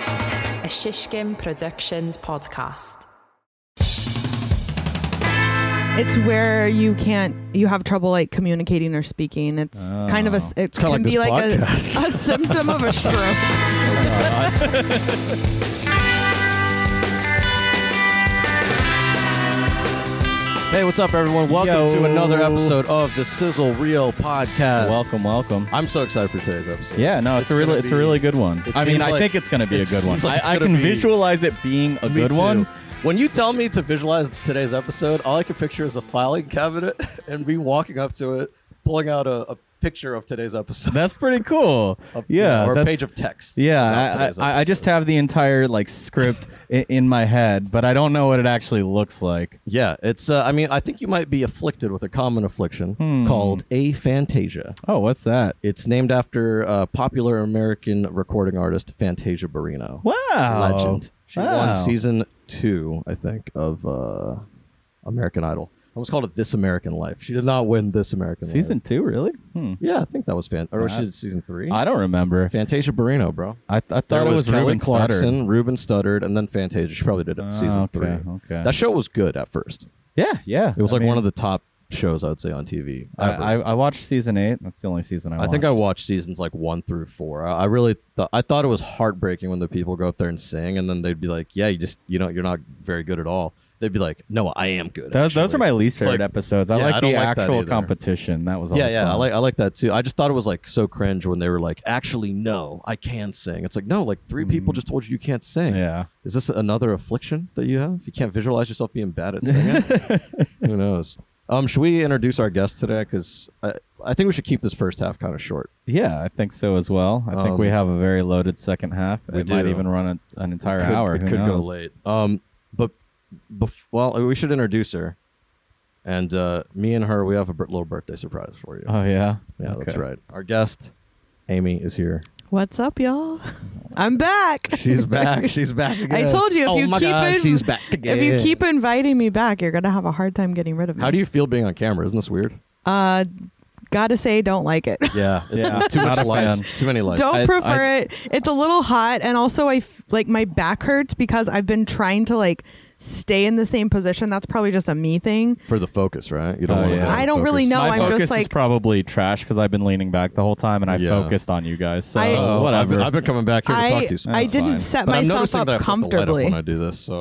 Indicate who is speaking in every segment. Speaker 1: a Shishkin Productions podcast.
Speaker 2: It's where you can't, you have trouble like communicating or speaking. It's kind of a, it
Speaker 3: Oh. kinda
Speaker 2: can
Speaker 3: like
Speaker 2: be
Speaker 3: this
Speaker 2: like a, a
Speaker 3: podcast.
Speaker 2: symptom of a stroke.
Speaker 3: Hey, what's up, everyone? Welcome
Speaker 4: Yo.
Speaker 3: to another episode of the Sizzle Reel podcast.
Speaker 4: Welcome, welcome.
Speaker 3: I'm so excited for today's episode.
Speaker 4: Yeah, no, it's, a really,
Speaker 3: gonna
Speaker 4: it's a
Speaker 3: be-
Speaker 4: really good one.
Speaker 3: it
Speaker 4: I mean,
Speaker 3: seems
Speaker 4: I
Speaker 3: like-
Speaker 4: think it's going to be a
Speaker 3: it
Speaker 4: good one.
Speaker 3: seems like it's
Speaker 4: I, I
Speaker 3: gonna
Speaker 4: can
Speaker 3: be-
Speaker 4: visualize it being a
Speaker 3: Me
Speaker 4: good
Speaker 3: too.
Speaker 4: one.
Speaker 3: When you tell me to visualize today's episode, all I can picture is a filing cabinet and me walking up to it, pulling out a, a picture of today's episode.
Speaker 4: That's pretty cool.
Speaker 3: Of-
Speaker 4: yeah,
Speaker 3: or a
Speaker 4: that's-
Speaker 3: page of text. about
Speaker 4: Yeah,
Speaker 3: today's
Speaker 4: I, I, I just
Speaker 3: episode.
Speaker 4: have the entire like script in, in my head, but I don't know what it actually looks like.
Speaker 3: Yeah, it's. Uh, I mean, I think you might be afflicted with a common affliction
Speaker 4: Hmm.
Speaker 3: called aphantasia.
Speaker 4: Oh, what's that?
Speaker 3: It's named after uh, popular American recording artist Fantasia Barrino.
Speaker 4: Wow.
Speaker 3: Legend. Um, She
Speaker 4: Wow.
Speaker 3: won season two, I think, of uh, American Idol. I almost called it This American Life. She did not win This American
Speaker 4: Season
Speaker 3: Life.
Speaker 4: two, really? Hmm.
Speaker 3: Yeah, I think that was Fan. Or was she did season three?
Speaker 4: I don't remember.
Speaker 3: Fantasia Barrino, bro.
Speaker 4: I, I thought
Speaker 3: There
Speaker 4: it
Speaker 3: was,
Speaker 4: was,
Speaker 3: Kelly
Speaker 4: Reuben Studdard. Ah,
Speaker 3: Clarkson, Ruben Studdard, and then Fantasia. She probably did it season
Speaker 4: okay,
Speaker 3: three.
Speaker 4: okay.
Speaker 3: That show was good at first.
Speaker 4: Yeah, yeah.
Speaker 3: It was
Speaker 4: I
Speaker 3: like
Speaker 4: mean,
Speaker 3: one of the top shows I would say on TV. ever.
Speaker 4: I, I, I watched season eight. That's the only season I.
Speaker 3: I
Speaker 4: Watched.
Speaker 3: think I watched seasons like one through four. I, I really thought I thought it was heartbreaking when the people go up there and sing, and then they'd be like, "Yeah, you just you know you're not very good at all." They'd be like, "No, I am good."
Speaker 4: Those, those
Speaker 3: actually."
Speaker 4: are my least
Speaker 3: It's
Speaker 4: favorite
Speaker 3: like-
Speaker 4: episodes. I
Speaker 3: yeah,
Speaker 4: like
Speaker 3: I don't
Speaker 4: the
Speaker 3: like that
Speaker 4: actual
Speaker 3: either.
Speaker 4: competition. That was
Speaker 3: Yeah,
Speaker 4: always
Speaker 3: yeah, I
Speaker 4: fun.
Speaker 3: like I like that too. I just thought it was like so cringe when they were like, "Actually, no, I can sing." It's like, no, like three people just told you you can't sing.
Speaker 4: Mm-hmm. Yeah.
Speaker 3: Is this another affliction that you have? You can't visualize yourself being bad at singing? Who knows? Um, should we introduce our guest today? Because I, I think we should keep this first half kind of short.
Speaker 4: Yeah, I think so as well. I think we
Speaker 3: Um,
Speaker 4: have a very loaded second half.
Speaker 3: we
Speaker 4: it might
Speaker 3: do.
Speaker 4: even run a, an entire
Speaker 3: could-
Speaker 4: hour.
Speaker 3: It
Speaker 4: Who
Speaker 3: could go
Speaker 4: knows?
Speaker 3: late. Um, but bef- well, we should introduce her, and uh, me and her, we have a bir- little birthday surprise for you.
Speaker 4: Oh yeah.
Speaker 3: yeah, that's
Speaker 4: Okay.
Speaker 3: right. Our guest, Amy, is here.
Speaker 2: What's up, y'all? I'm back.
Speaker 3: She's back. She's back again.
Speaker 2: I told you if
Speaker 3: oh
Speaker 2: you
Speaker 3: my
Speaker 2: keep
Speaker 3: God,
Speaker 2: in-
Speaker 3: she's back again.
Speaker 2: If you keep inviting me back, you're gonna have a hard time getting rid of me.
Speaker 3: How do you feel being on camera? Isn't this weird?
Speaker 2: Uh, gotta say, don't like it.
Speaker 3: Yeah, it's
Speaker 4: Yeah,
Speaker 3: too
Speaker 4: not
Speaker 3: much
Speaker 4: a
Speaker 3: lights.
Speaker 4: fan.
Speaker 3: Too many lights.
Speaker 2: don't
Speaker 4: I-
Speaker 2: prefer
Speaker 4: I-
Speaker 2: it. It's a little hot, and also I f- like my back hurts because I've been trying to like stay in the same position. That's probably just a me thing.
Speaker 3: for the focus, right? You don't.
Speaker 4: Oh,
Speaker 3: want
Speaker 4: yeah.
Speaker 3: to
Speaker 2: I don't really know. No,
Speaker 4: My
Speaker 2: I'm just
Speaker 4: focus is
Speaker 2: like-
Speaker 4: probably trash because I've been leaning back the whole time and I
Speaker 3: Yeah.
Speaker 4: focused on you guys. So
Speaker 2: I-
Speaker 3: Oh, I've
Speaker 4: whatever.
Speaker 3: been, I've been coming back here to
Speaker 2: I
Speaker 3: talk to you. Some,
Speaker 2: I
Speaker 4: That's
Speaker 2: didn't
Speaker 4: fine.
Speaker 2: set
Speaker 3: but I'm
Speaker 2: myself
Speaker 3: noticing
Speaker 2: up
Speaker 3: that I flip the light up
Speaker 2: comfortably.
Speaker 3: when I do this. So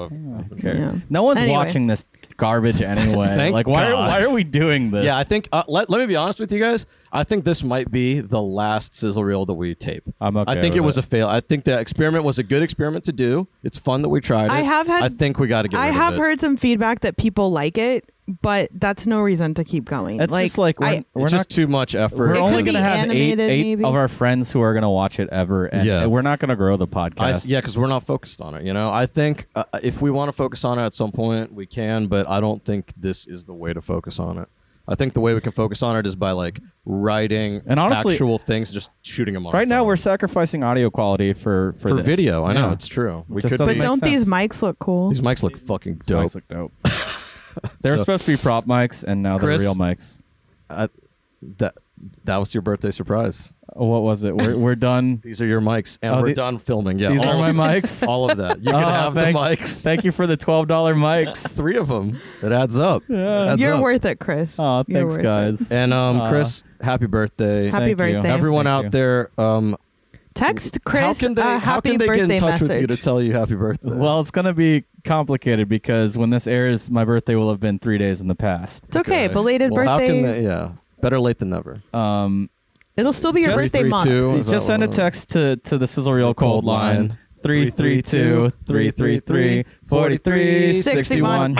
Speaker 4: Okay.
Speaker 2: Yeah.
Speaker 4: No one's
Speaker 2: Anyway.
Speaker 4: watching this garbage anyway.
Speaker 3: Thank
Speaker 4: like why are,
Speaker 3: God.
Speaker 4: why are we doing this?
Speaker 3: Yeah, I think uh, let, let me be honest with you guys. I think this might be the last sizzle reel that we tape.
Speaker 4: I'm okay
Speaker 3: I think
Speaker 4: with
Speaker 3: it was
Speaker 4: it.
Speaker 3: a fail. I think the experiment was a good experiment to do. It's fun that we tried. It.
Speaker 2: I have had-
Speaker 3: I think we got to get.
Speaker 2: I
Speaker 3: rid
Speaker 2: have
Speaker 3: of it.
Speaker 2: heard some feedback that people like it, but that's no reason to keep going.
Speaker 4: That's
Speaker 2: like,
Speaker 4: just like we're,
Speaker 2: I,
Speaker 4: we're
Speaker 3: it's
Speaker 4: not
Speaker 3: just too much effort.
Speaker 4: We're
Speaker 2: It
Speaker 4: only
Speaker 2: could
Speaker 4: going
Speaker 2: be
Speaker 4: to have eight,
Speaker 2: animated,
Speaker 4: eight
Speaker 2: maybe.
Speaker 4: of our friends who are going to watch it ever, and
Speaker 3: Yeah.
Speaker 4: we're not going to grow the
Speaker 3: I
Speaker 4: podcast.
Speaker 3: s- yeah, because we're not focused on it. You know, I think uh, if we want to focus on it at some point, we can. But I don't think this is the way to focus on it. I think the way we can focus on it is by like writing
Speaker 4: And honestly-
Speaker 3: actual things, just shooting them. On
Speaker 4: Right
Speaker 3: our
Speaker 4: now,
Speaker 3: phone.
Speaker 4: we're sacrificing audio quality for for,
Speaker 3: for
Speaker 4: this.
Speaker 3: video. I know
Speaker 4: Yeah.
Speaker 3: it's true. We
Speaker 4: Just
Speaker 3: could
Speaker 4: doesn't
Speaker 3: be.
Speaker 2: but
Speaker 4: makes
Speaker 2: don't these
Speaker 4: sense.
Speaker 2: mics look cool?
Speaker 3: These mics look fucking dope.
Speaker 4: Mics look dope. They're
Speaker 3: So-
Speaker 4: supposed to be prop mics, and now
Speaker 3: Chris-
Speaker 4: they're real mics.
Speaker 3: I, that that was your birthday surprise.
Speaker 4: Oh, What was it? We're, we're done.
Speaker 3: These are your mics, and
Speaker 4: Oh,
Speaker 3: we're
Speaker 4: the-
Speaker 3: done filming. Yeah,
Speaker 4: These
Speaker 3: all
Speaker 4: are
Speaker 3: of
Speaker 4: my
Speaker 3: this-
Speaker 4: mics.
Speaker 3: All of that. You can
Speaker 4: Oh,
Speaker 3: have
Speaker 4: thank-
Speaker 3: the mics.
Speaker 4: Thank you for the twelve dollar mics.
Speaker 3: Three of them. It adds up. It adds
Speaker 2: You're
Speaker 3: up.
Speaker 2: worth it, Chris.
Speaker 4: Oh,
Speaker 2: You're
Speaker 4: thanks,
Speaker 2: worth it.
Speaker 4: guys.
Speaker 3: And um,
Speaker 4: Aw.
Speaker 3: Chris, happy birthday.
Speaker 2: Happy
Speaker 4: Thank you.
Speaker 2: birthday.
Speaker 3: Everyone
Speaker 4: Thank
Speaker 3: out
Speaker 4: you.
Speaker 3: there. Um,
Speaker 2: Text Chris
Speaker 3: how can they,
Speaker 2: a happy
Speaker 3: how can they get
Speaker 2: birthday
Speaker 3: in touch
Speaker 2: message.
Speaker 3: with you to tell you happy birthday?
Speaker 4: Well, it's gonna be complicated because when this airs, my birthday will have been three days in the past.
Speaker 2: it's okay. Belated
Speaker 3: Well, How
Speaker 2: birthday.
Speaker 3: can they, yeah, better late than never.
Speaker 4: Um,
Speaker 2: It'll still be your
Speaker 4: Just-
Speaker 2: birthday
Speaker 3: Three,
Speaker 2: month.
Speaker 3: two, is that
Speaker 4: just send a
Speaker 3: what-
Speaker 4: text to to the sizzle reel cold line. 332 333 43 61.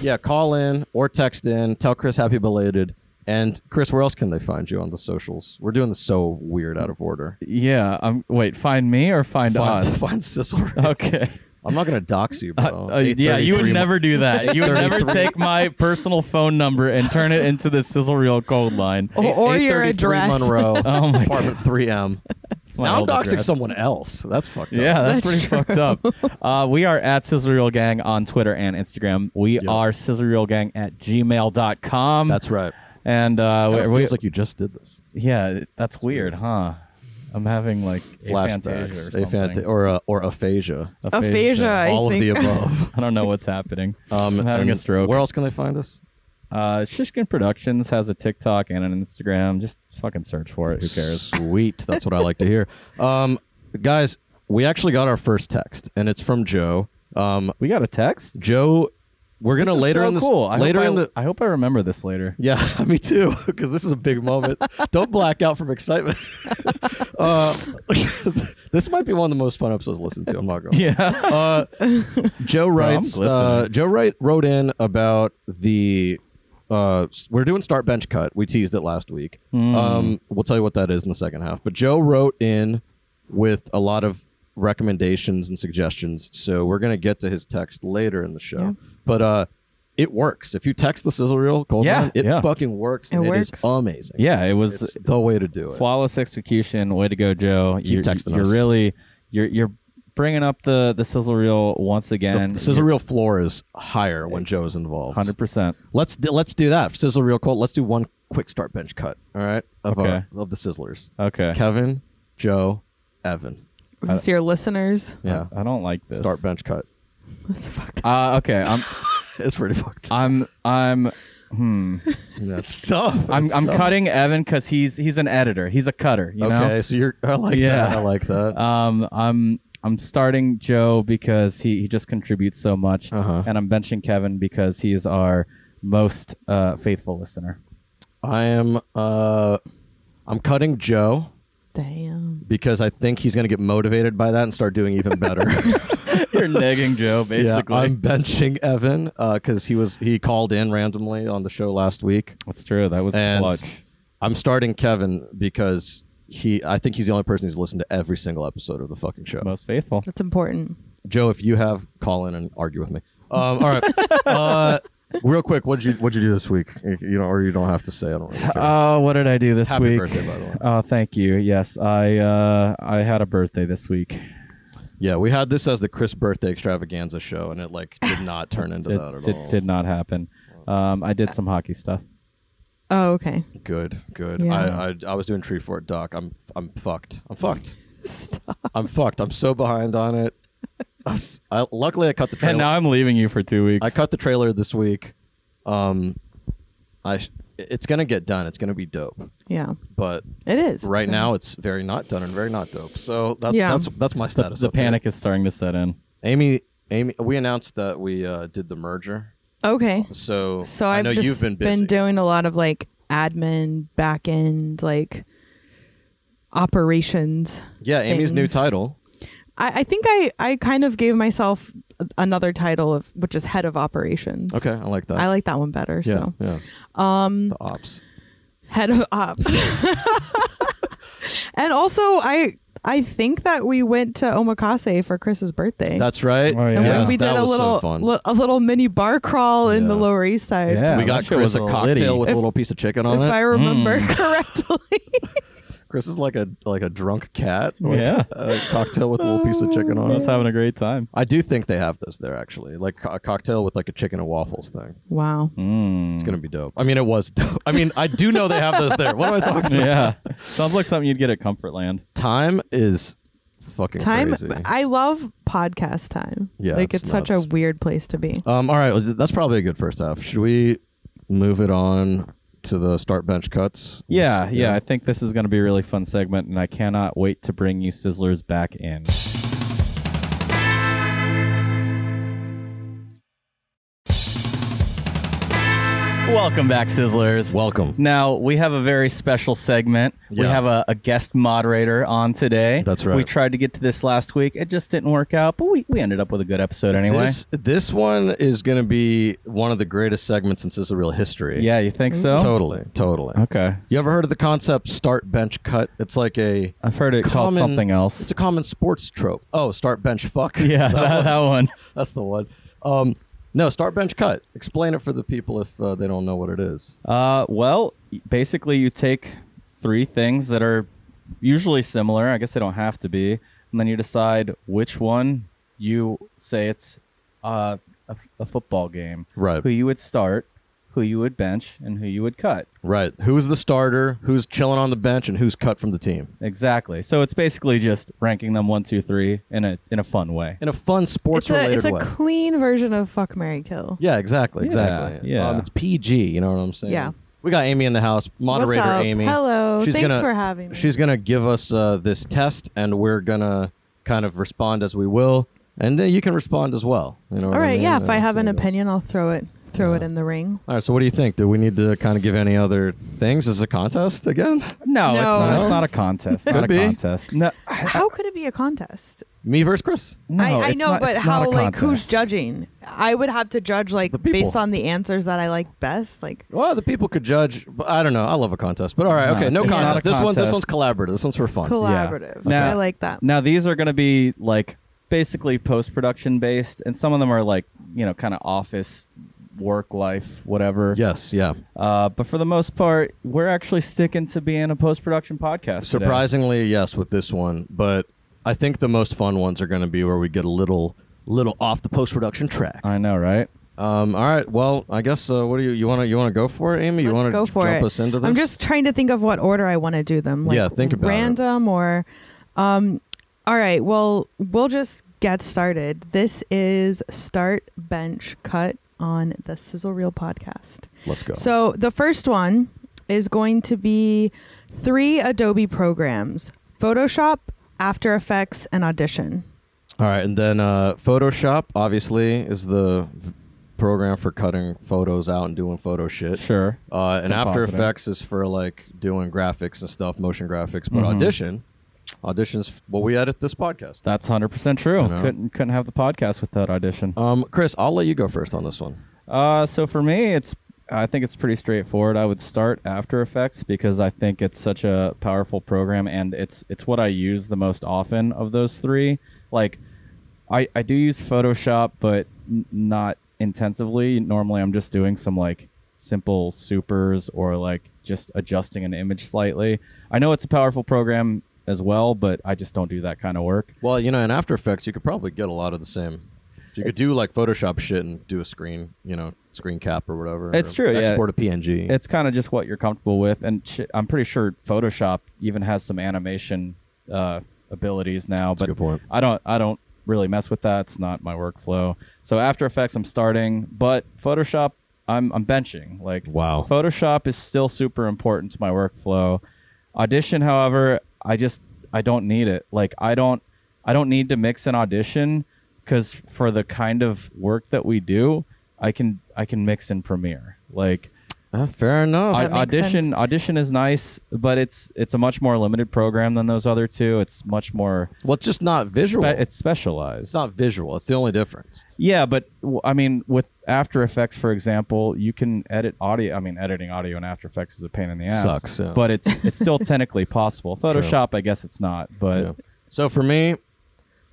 Speaker 3: Yeah, call in or text in. Tell Chris happy belated. And Chris, where else can they find you on the socials? We're doing this so weird out of order.
Speaker 4: Yeah. Um, wait, find me or find,
Speaker 3: Find, Oh,
Speaker 4: us?
Speaker 3: find Sizzle.
Speaker 4: Okay.
Speaker 3: I'm not gonna dox you, bro.
Speaker 4: Uh, yeah, you would
Speaker 3: 833
Speaker 4: never do that. You would never take my personal phone number and turn it into the sizzle reel cold line.
Speaker 3: Oh,
Speaker 2: Or- or your
Speaker 3: 833
Speaker 2: address.
Speaker 3: Monroe,
Speaker 4: Oh my
Speaker 3: apartment 3M.
Speaker 4: It's my
Speaker 3: Now I'm
Speaker 4: old
Speaker 3: doxing
Speaker 4: address.
Speaker 3: someone else. That's fucked up.
Speaker 4: Yeah, that's,
Speaker 2: That's
Speaker 4: pretty fucked up. Uh, we are at Sizzle Reel Gang on Twitter and Instagram. We are Sizzle Reel Gang at gmail.com.
Speaker 3: that's right.
Speaker 4: And uh,
Speaker 3: It
Speaker 4: we, we,
Speaker 3: feels like you just did this.
Speaker 4: yeah, that's weird, huh? I'm having like
Speaker 3: flashbacks,
Speaker 4: aphantasia or something.
Speaker 3: aphanta- or uh, or aphasia,
Speaker 2: Aphasia. I
Speaker 3: all of the
Speaker 2: think-
Speaker 3: above.
Speaker 4: I don't know what's happening.
Speaker 3: Um,
Speaker 4: I'm having a
Speaker 3: and
Speaker 4: stroke.
Speaker 3: Where else can they find us?
Speaker 4: Uh, Shishkin Productions has a TikTok and an Instagram. Just fucking search for it. Who cares?
Speaker 3: Sweet. That's what I like to hear. Um, guys, we actually got our first text, and it's from Joe. Um,
Speaker 4: We got a text.
Speaker 3: Joe, we're gonna
Speaker 4: This is
Speaker 3: later
Speaker 4: so
Speaker 3: in this
Speaker 4: cool. I
Speaker 3: later
Speaker 4: hope I,
Speaker 3: in the
Speaker 4: I hope I remember this later.
Speaker 3: yeah, me too, because this is a big moment. Don't black out from excitement. uh, this might be one of the most fun episodes to listen to. I'm not going.
Speaker 4: Yeah.
Speaker 3: Uh, Joe writes.
Speaker 4: glistening.
Speaker 3: uh, Joe wright wrote in about the. Uh, s- we're doing start bench cut. We teased it last week.
Speaker 4: Hmm.
Speaker 3: Um, we'll tell you what that is in the second half. But Joe wrote in with a lot of recommendations and suggestions. So we're gonna get to his text later in the show. But uh, it works. If you text the sizzle reel, cold
Speaker 4: Yeah,
Speaker 3: line, it
Speaker 4: yeah.
Speaker 3: fucking works.
Speaker 2: It
Speaker 3: and It
Speaker 2: works.
Speaker 3: is amazing.
Speaker 4: Yeah. It was
Speaker 3: It's the way to do it.
Speaker 4: flawless execution. Way to go, Joe.
Speaker 3: Keep
Speaker 4: you're,
Speaker 3: texting
Speaker 4: You're
Speaker 3: us.
Speaker 4: really you're you're bringing up the the sizzle reel once again.
Speaker 3: the sizzle reel floor is higher when Joe is involved.
Speaker 4: Hundred percent.
Speaker 3: Let's do, let's do that. Sizzle real quick. Let's do one quick start bench cut. All right. Of
Speaker 4: Okay.
Speaker 3: our, of the sizzlers.
Speaker 4: Okay.
Speaker 3: Kevin, Joe, Evan.
Speaker 2: Is this your listeners?
Speaker 3: Yeah.
Speaker 4: I don't like this.
Speaker 3: Start bench cut.
Speaker 2: That's fucked up.
Speaker 4: Uh, okay. I'm
Speaker 3: It's pretty fucked. up.
Speaker 4: I'm I'm
Speaker 3: That's tough.
Speaker 4: I'm, I'm cutting Evan because he's he's an editor. He's a cutter. You know.
Speaker 3: okay. So you're. I like
Speaker 4: Yeah.
Speaker 3: that. I like that.
Speaker 4: Um, I'm I'm starting Joe because he, he just contributes so much,
Speaker 3: Uh-huh.
Speaker 4: and I'm benching Kevin because he is our most uh, faithful listener.
Speaker 3: I am. Uh, I'm cutting Joe
Speaker 2: Damn.
Speaker 3: because I think he's gonna get motivated by that and start doing even better.
Speaker 4: You're negging Joe,
Speaker 3: Yeah, I'm benching Evan because he was he called in randomly on the show last week.
Speaker 4: That's true. That was
Speaker 3: and
Speaker 4: clutch.
Speaker 3: I'm starting Kevin because he I think he's the only person who's listened to every single episode of the fucking show.
Speaker 4: Most faithful.
Speaker 2: That's important.
Speaker 3: Joe, if you have, call in and argue with me. Um, all right, uh, real quick, what'd you what'd you do this week? You you know, or you don't have to say. I don't. Really care.
Speaker 4: Oh, what did I do this
Speaker 3: Happy
Speaker 4: week?
Speaker 3: birthday, by the way.
Speaker 4: Oh, thank you. Yes, I uh, I had a birthday this week.
Speaker 3: yeah, we had this as the Chris birthday extravaganza show, and it like did not turn into
Speaker 4: It,
Speaker 3: that at
Speaker 4: it
Speaker 3: all.
Speaker 4: did not happen. Um, I did some hockey stuff.
Speaker 2: Oh, okay.
Speaker 3: Good, good.
Speaker 2: Yeah.
Speaker 3: I, I I was doing tree fort doc. I'm I'm fucked. I'm fucked. I'm fucked. I'm so behind on it. I s- I- luckily, I cut the trailer.
Speaker 4: And now I'm leaving you for two weeks.
Speaker 3: I cut the trailer this week. Um, I sh- it's gonna get done. It's gonna be dope.
Speaker 2: Yeah.
Speaker 3: But
Speaker 2: It is.
Speaker 3: right
Speaker 2: It's
Speaker 3: now, it's very not done and very not dope. So that's
Speaker 2: Yeah.
Speaker 3: that's that's my
Speaker 4: the,
Speaker 3: status.
Speaker 4: the
Speaker 3: update.
Speaker 4: panic is starting to set in.
Speaker 3: Amy, Amy, we announced that we uh, did the merger.
Speaker 2: good. Okay.
Speaker 3: So
Speaker 2: So
Speaker 3: I
Speaker 2: I've
Speaker 3: know
Speaker 2: just
Speaker 3: you've been busy.
Speaker 2: doing a lot of like admin, back end, like operations.
Speaker 3: yeah, Amy's new
Speaker 2: things.
Speaker 3: title.
Speaker 2: I, I think I, I kind of gave myself another title of which is head of operations.
Speaker 3: Okay, I like that.
Speaker 2: I like that one better.
Speaker 3: yeah,
Speaker 2: So
Speaker 3: yeah. Um, the ops.
Speaker 2: head of ops. and also I I think that we went to Omakase for Chris's birthday.
Speaker 3: That's right.
Speaker 4: Oh, yeah.
Speaker 2: and we-
Speaker 4: Yes,
Speaker 2: we did
Speaker 3: that
Speaker 2: a
Speaker 3: was so
Speaker 2: little
Speaker 3: fun.
Speaker 2: li- a little mini bar crawl in the
Speaker 3: Yeah.
Speaker 2: Lower East Side.
Speaker 4: Yeah.
Speaker 3: we
Speaker 4: that
Speaker 3: got
Speaker 4: shit
Speaker 3: Chris
Speaker 4: was
Speaker 3: a
Speaker 4: a
Speaker 3: cocktail
Speaker 4: litty.
Speaker 3: with a
Speaker 2: If-
Speaker 3: little piece of chicken
Speaker 2: If
Speaker 3: on it. Mm.
Speaker 2: I remember correctly.
Speaker 3: Chris is like a like a drunk cat. with
Speaker 4: Yeah.
Speaker 3: a cocktail with a little piece of chicken on
Speaker 4: I
Speaker 3: it.
Speaker 4: was having a great time.
Speaker 3: I do think they have those there actually, like co- a cocktail with like a chicken and waffles thing.
Speaker 2: wow.
Speaker 3: It's
Speaker 4: Mm.
Speaker 3: gonna be dope. I mean, it was dope. I mean, I do know they have those there. What am I talking about?
Speaker 4: yeah. Sounds like something you'd get at Comfortland.
Speaker 3: Time is fucking
Speaker 2: Time
Speaker 3: crazy.
Speaker 2: I love podcast time.
Speaker 3: Yeah,
Speaker 2: Like
Speaker 3: it's
Speaker 2: it's, such a
Speaker 3: nuts.
Speaker 2: weird place to be.
Speaker 3: um, all right, well, that's probably a good first half. Should we move it on to the start bench cuts?
Speaker 4: Yeah, yeah. I think this is going to be a really fun segment, and I cannot wait to bring you Sizzlers back in. Welcome back, Sizzlers.
Speaker 3: Welcome.
Speaker 4: Now, we have a very special segment. We
Speaker 3: Yeah.
Speaker 4: have a, a guest moderator on today.
Speaker 3: That's right.
Speaker 4: We tried to get to this last week. It just didn't work out, but we, we ended up with a good episode anyway.
Speaker 3: This this one is gonna be one of the greatest segments in Sizzle Real history.
Speaker 4: yeah, you think so?
Speaker 3: Totally, totally.
Speaker 4: Okay.
Speaker 3: You ever heard of the concept start bench cut? It's like a
Speaker 4: I've heard it called
Speaker 3: common-
Speaker 4: something else.
Speaker 3: It's a common sports trope. Oh, start bench fuck.
Speaker 4: yeah, that, that one.
Speaker 3: that's the one. Um, no, start bench cut. Explain it for the people if uh, they don't know what it is.
Speaker 4: Uh, well, basically, you take three things that are usually similar. I guess they don't have to be, and then you decide which one you say it's uh, a, f- a football game.
Speaker 3: Right.
Speaker 4: Who you would start, who you would bench and who you would cut.
Speaker 3: Right. Who's the starter? Who's chilling on the bench? And who's cut from the team?
Speaker 4: Exactly. So it's basically just ranking them one, two, three in a in a fun way.
Speaker 3: In a fun
Speaker 2: It's
Speaker 3: sports
Speaker 2: a
Speaker 3: related
Speaker 2: it's a
Speaker 3: way.
Speaker 2: clean version of fuck Mary Kill.
Speaker 3: yeah, exactly,
Speaker 4: Yeah,
Speaker 3: exactly.
Speaker 4: yeah.
Speaker 3: Um, it's PG. You know what I'm saying?
Speaker 2: Yeah.
Speaker 3: We got Amy in the house. Moderator
Speaker 2: What's up?
Speaker 3: Amy.
Speaker 2: Hello.
Speaker 3: She's
Speaker 2: Thanks
Speaker 3: gonna-
Speaker 2: for having me.
Speaker 3: She's gonna give us uh, this test, and we're gonna kind of respond as we will, and then you can respond as well. You know. what
Speaker 2: All right.
Speaker 3: mean?
Speaker 2: Yeah. If
Speaker 3: And
Speaker 2: I have an
Speaker 3: see what goes.
Speaker 2: opinion, I'll throw it throw it
Speaker 3: Yeah.
Speaker 2: in the ring.
Speaker 3: All right. So, what do you think? Do we need to kind of give any other things? Is it a contest again?
Speaker 4: No, it's
Speaker 2: No.
Speaker 4: not. It's not a contest.
Speaker 3: Could
Speaker 4: not a
Speaker 3: be.
Speaker 4: contest. No,
Speaker 2: How could it be a contest?
Speaker 3: Me versus Chris.
Speaker 4: no
Speaker 2: I, I
Speaker 4: it's
Speaker 2: know,
Speaker 4: not-
Speaker 2: but
Speaker 4: it's not
Speaker 2: how
Speaker 4: a
Speaker 2: like who's
Speaker 4: contest.
Speaker 2: judging? I would have to judge like
Speaker 3: The people.
Speaker 2: based on the answers that I like best. Like
Speaker 3: Well, the people could judge. But I don't know. I love a contest, but all right,
Speaker 4: No,
Speaker 3: okay, no
Speaker 4: it's not
Speaker 3: contest.
Speaker 4: a
Speaker 3: This one, this
Speaker 4: contest.
Speaker 3: one's collaborative. This one's for fun.
Speaker 2: collaborative.
Speaker 4: Now-
Speaker 2: I like that.
Speaker 4: Now these are going to be like basically post production based, and some of them are like you know kind of office work life whatever.
Speaker 3: Yes, yeah.
Speaker 4: Uh, but for the most part, we're actually sticking to being a post production podcast. today.
Speaker 3: Surprisingly, yes, with this one, but I think the most fun ones are going to be where we get a little, little off the post production track.
Speaker 4: I know, right?
Speaker 3: Um, all right. Well, I guess uh, what do you you want to you want to go for it, Amy? You
Speaker 2: Let's
Speaker 3: want to
Speaker 2: go for
Speaker 3: jump
Speaker 2: it.
Speaker 3: us into this?
Speaker 2: I'm just trying to think of what order I want to do them. Like
Speaker 3: Yeah, think about it.
Speaker 2: random or um all right, well, we'll just get started. This is start bench cut on the Sizzle Reel podcast.
Speaker 3: let's go.
Speaker 2: So the first one is going to be three Adobe programs: Photoshop, After Effects, and Audition.
Speaker 3: all right, and then uh, Photoshop obviously is the v- program for cutting photos out and doing photo shit.
Speaker 4: Sure.
Speaker 3: Uh, and After
Speaker 4: Compositing.
Speaker 3: Effects is for like doing graphics and stuff, motion graphics. But
Speaker 4: Mhm.
Speaker 3: audition, auditions, f- well, we edit this podcast.
Speaker 4: That's hundred percent true.
Speaker 3: I know.
Speaker 4: Couldn't couldn't have the podcast without audition.
Speaker 3: Um, Chris, I'll let you go first on this one.
Speaker 4: Uh, so for me, it's I think it's pretty straightforward. I would start After Effects because I think it's such a powerful program, and it's it's what I use the most often of those three. Like, I I do use Photoshop, but n- not intensively. Normally, I'm just doing some like simple supers or like just adjusting an image slightly. I know it's a powerful program as well, but I just don't do that kind of work.
Speaker 3: Well, you know, in After Effects, you could probably get a lot of the same. If you could do like Photoshop shit and do a screen, you know, screen cap or whatever.
Speaker 4: It's
Speaker 3: or
Speaker 4: true, yeah.
Speaker 3: Export a PNG.
Speaker 4: it's kind of just what you're comfortable with and sh- i'm pretty sure photoshop even has some animation uh, abilities now
Speaker 3: a
Speaker 4: but
Speaker 3: good point.
Speaker 4: i don't i don't really mess with that it's not my workflow so after effects i'm starting but photoshop i'm, I'm benching like
Speaker 3: Wow.
Speaker 4: photoshop is still super important to my workflow audition however i just i don't need it like i don't i don't need to mix an audition because for the kind of work that we do i can i can mix in premiere like
Speaker 3: Uh, fair enough.
Speaker 4: Au-
Speaker 2: That makes
Speaker 4: audition
Speaker 2: sense.
Speaker 4: audition is nice, but it's it's a much more limited program than those other two. It's much more
Speaker 3: well, it's just not visual.
Speaker 4: spe- it's
Speaker 3: it's,
Speaker 4: specialized.
Speaker 3: not visual. It's the only difference.
Speaker 4: yeah, but w- I mean, with After Effects, for example, you can edit audio. I mean, editing audio in After Effects is a pain in the ass.
Speaker 3: Sucks, yeah.
Speaker 4: But it's it's still technically possible. Photoshop, I guess it's not.
Speaker 3: Yeah.
Speaker 4: But
Speaker 3: So for me,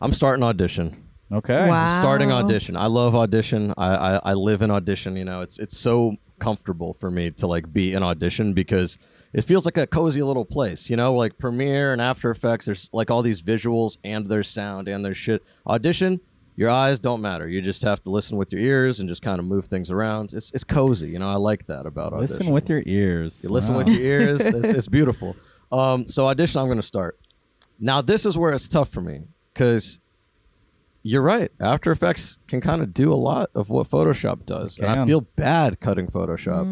Speaker 3: I'm starting audition.
Speaker 4: okay,
Speaker 2: Wow.
Speaker 3: I'm starting
Speaker 2: Wow.
Speaker 3: audition. I love audition. I, I I live in audition. You know, it's it's so comfortable for me to like be in audition because it feels like a cozy little place. You know, like Premiere and After Effects. There's like all these visuals and there's sound and there's shit. Audition, your eyes don't matter. You just have to listen with your ears and just kind of move things around. It's it's cozy. You know, I like that about audition.
Speaker 4: listen with your ears.
Speaker 3: You listen
Speaker 4: Wow.
Speaker 3: with your ears. It's, it's beautiful. Um, so audition, I'm going to start. Now this is where it's tough for me because you're right. After Effects can kind of do a lot of what Photoshop does, and I
Speaker 4: can. Mm.
Speaker 3: feel bad cutting Photoshop,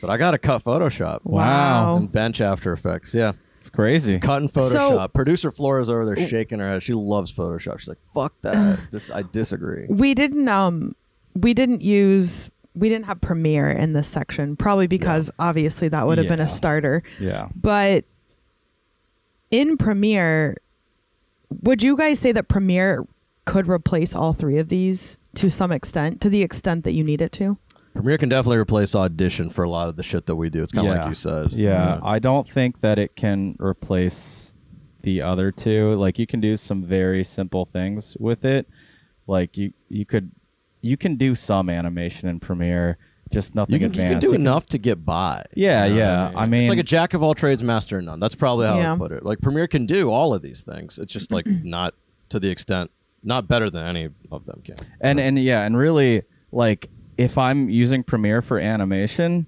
Speaker 3: but I got to cut Photoshop.
Speaker 4: Wow.
Speaker 3: And bench After Effects, yeah.
Speaker 4: It's crazy.
Speaker 3: Cutting Photoshop.
Speaker 2: So-
Speaker 3: Producer Flora's over there shaking her head. She loves Photoshop. She's like, "Fuck that! This I disagree."
Speaker 2: We didn't um we didn't use we didn't have Premiere in this section probably because obviously that would have been
Speaker 4: Yeah.
Speaker 2: a starter.
Speaker 4: Yeah.
Speaker 2: But in Premiere, would you guys say that Premiere could replace all three of these to some extent, to the extent that you need it to?
Speaker 3: Premiere can definitely replace Audition for a lot of the shit that we do. It's kind of like you said.
Speaker 4: Yeah, I don't think that it can replace the other two. Like you can do some very simple things with it. Like you you could you can do some animation in Premiere, just nothing
Speaker 3: you can, you
Speaker 4: advanced.
Speaker 3: can do enough to get by.
Speaker 4: Yeah,
Speaker 3: You know
Speaker 4: yeah.
Speaker 3: what
Speaker 4: I mean-
Speaker 3: it's like a jack of all trades, master of none. That's probably how
Speaker 2: Yeah.
Speaker 3: I put it. Like Premiere can do all of these things. It's just like not to the extent, not better than any of them can.
Speaker 4: and and yeah, and really like if I'm using Premiere for animation,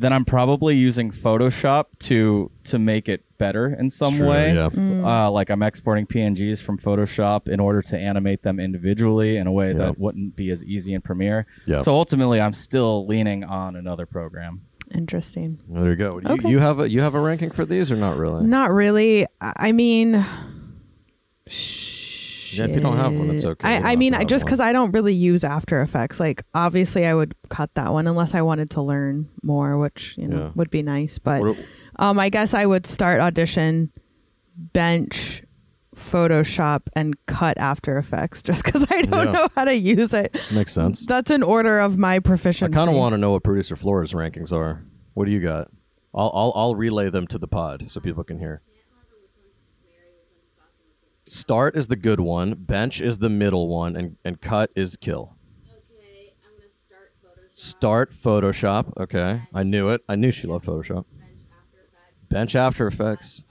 Speaker 4: then I'm probably using Photoshop to to make it better in some
Speaker 3: True,
Speaker 4: way.
Speaker 3: yeah.
Speaker 4: Uh, like I'm exporting PNGs from Photoshop in order to animate them individually in a way that wouldn't be as easy in Premiere.
Speaker 3: Yeah.
Speaker 4: So ultimately, I'm still leaning on another program.
Speaker 2: Interesting.
Speaker 3: Well, there you go. You,
Speaker 2: Okay.
Speaker 3: you have a you have a ranking for these or not really?
Speaker 2: Not really. I I mean,
Speaker 3: Yeah, if you don't have one, it's okay. You don't
Speaker 2: I, I
Speaker 3: have
Speaker 2: mean,
Speaker 3: to
Speaker 2: I
Speaker 3: have
Speaker 2: just
Speaker 3: one.
Speaker 2: because I don't really use After Effects. Like, obviously, I would cut that one unless I wanted to learn more, which you know
Speaker 3: Yeah.
Speaker 2: would be nice. But
Speaker 3: What-
Speaker 2: um, I guess I would start audition, bench, Photoshop, and cut After Effects just because I don't
Speaker 3: Yeah.
Speaker 2: know how to use it.
Speaker 3: makes sense.
Speaker 2: That's an order of my
Speaker 3: I
Speaker 2: proficiency.
Speaker 3: kind of want to know what producer Flora's rankings are. What do you got? I'll, I'll I'll relay them to the pod so people can hear. Start is the good one, bench is the middle one, and, and cut is kill.
Speaker 5: Okay, I'm gonna start Photoshop.
Speaker 3: Start Photoshop. Okay, I knew it. I knew she loved Photoshop. Bench After Effects.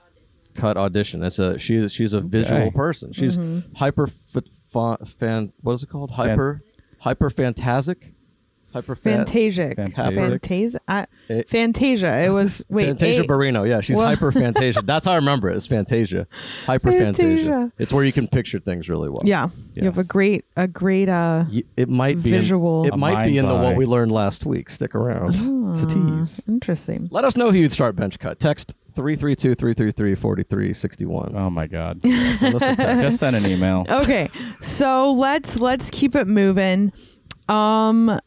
Speaker 3: Cut audition. That's a she's she's a visual
Speaker 4: Okay.
Speaker 3: person. She's hyper fa- fa- fan. What is it called? Hyper hyper fantasic. Hyper fan-
Speaker 2: Fantasic.
Speaker 4: Fantasic.
Speaker 2: Fantasia. I,
Speaker 3: It-
Speaker 2: Fantasia. It was wait.
Speaker 3: Fantasia
Speaker 2: eight-
Speaker 3: Barrino. Yeah, she's
Speaker 2: Well-
Speaker 3: hyper Fantasia. That's how I remember it. It's Fantasia. Hyper Fantasia.
Speaker 2: Fantasia.
Speaker 3: It's where you can picture things really well.
Speaker 2: Yeah, you have a
Speaker 4: Yes.
Speaker 2: great, a great. Uh,
Speaker 3: Y- It might be in-
Speaker 2: Visual. Ah.
Speaker 3: it
Speaker 4: A
Speaker 3: might be in the
Speaker 4: mind's
Speaker 3: what
Speaker 4: eye.
Speaker 3: we learned last week. Stick around. It's a tease.
Speaker 2: interesting.
Speaker 3: Let us know who you'd start bench cut. Text 332-333-4361.
Speaker 4: Oh my god!
Speaker 3: Send us a text.
Speaker 4: Just send an email.
Speaker 2: Okay, so let's let's keep it moving. Um,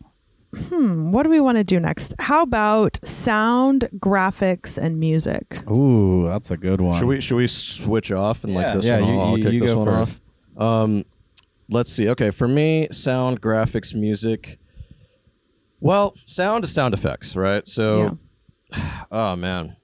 Speaker 2: hmm, what do we want to do next? How about sound, graphics, and music?
Speaker 4: Ooh, that's a good one.
Speaker 3: Should we should we switch off and like
Speaker 4: Yeah.
Speaker 3: this
Speaker 4: Yeah,
Speaker 3: one?
Speaker 4: you-
Speaker 3: I'll
Speaker 4: you-
Speaker 3: kick
Speaker 4: you
Speaker 3: this
Speaker 4: go
Speaker 3: one
Speaker 4: first.
Speaker 3: off. Um, let's see. Okay, for me, sound, graphics, music. Well, sound is sound effects, right? So, oh man,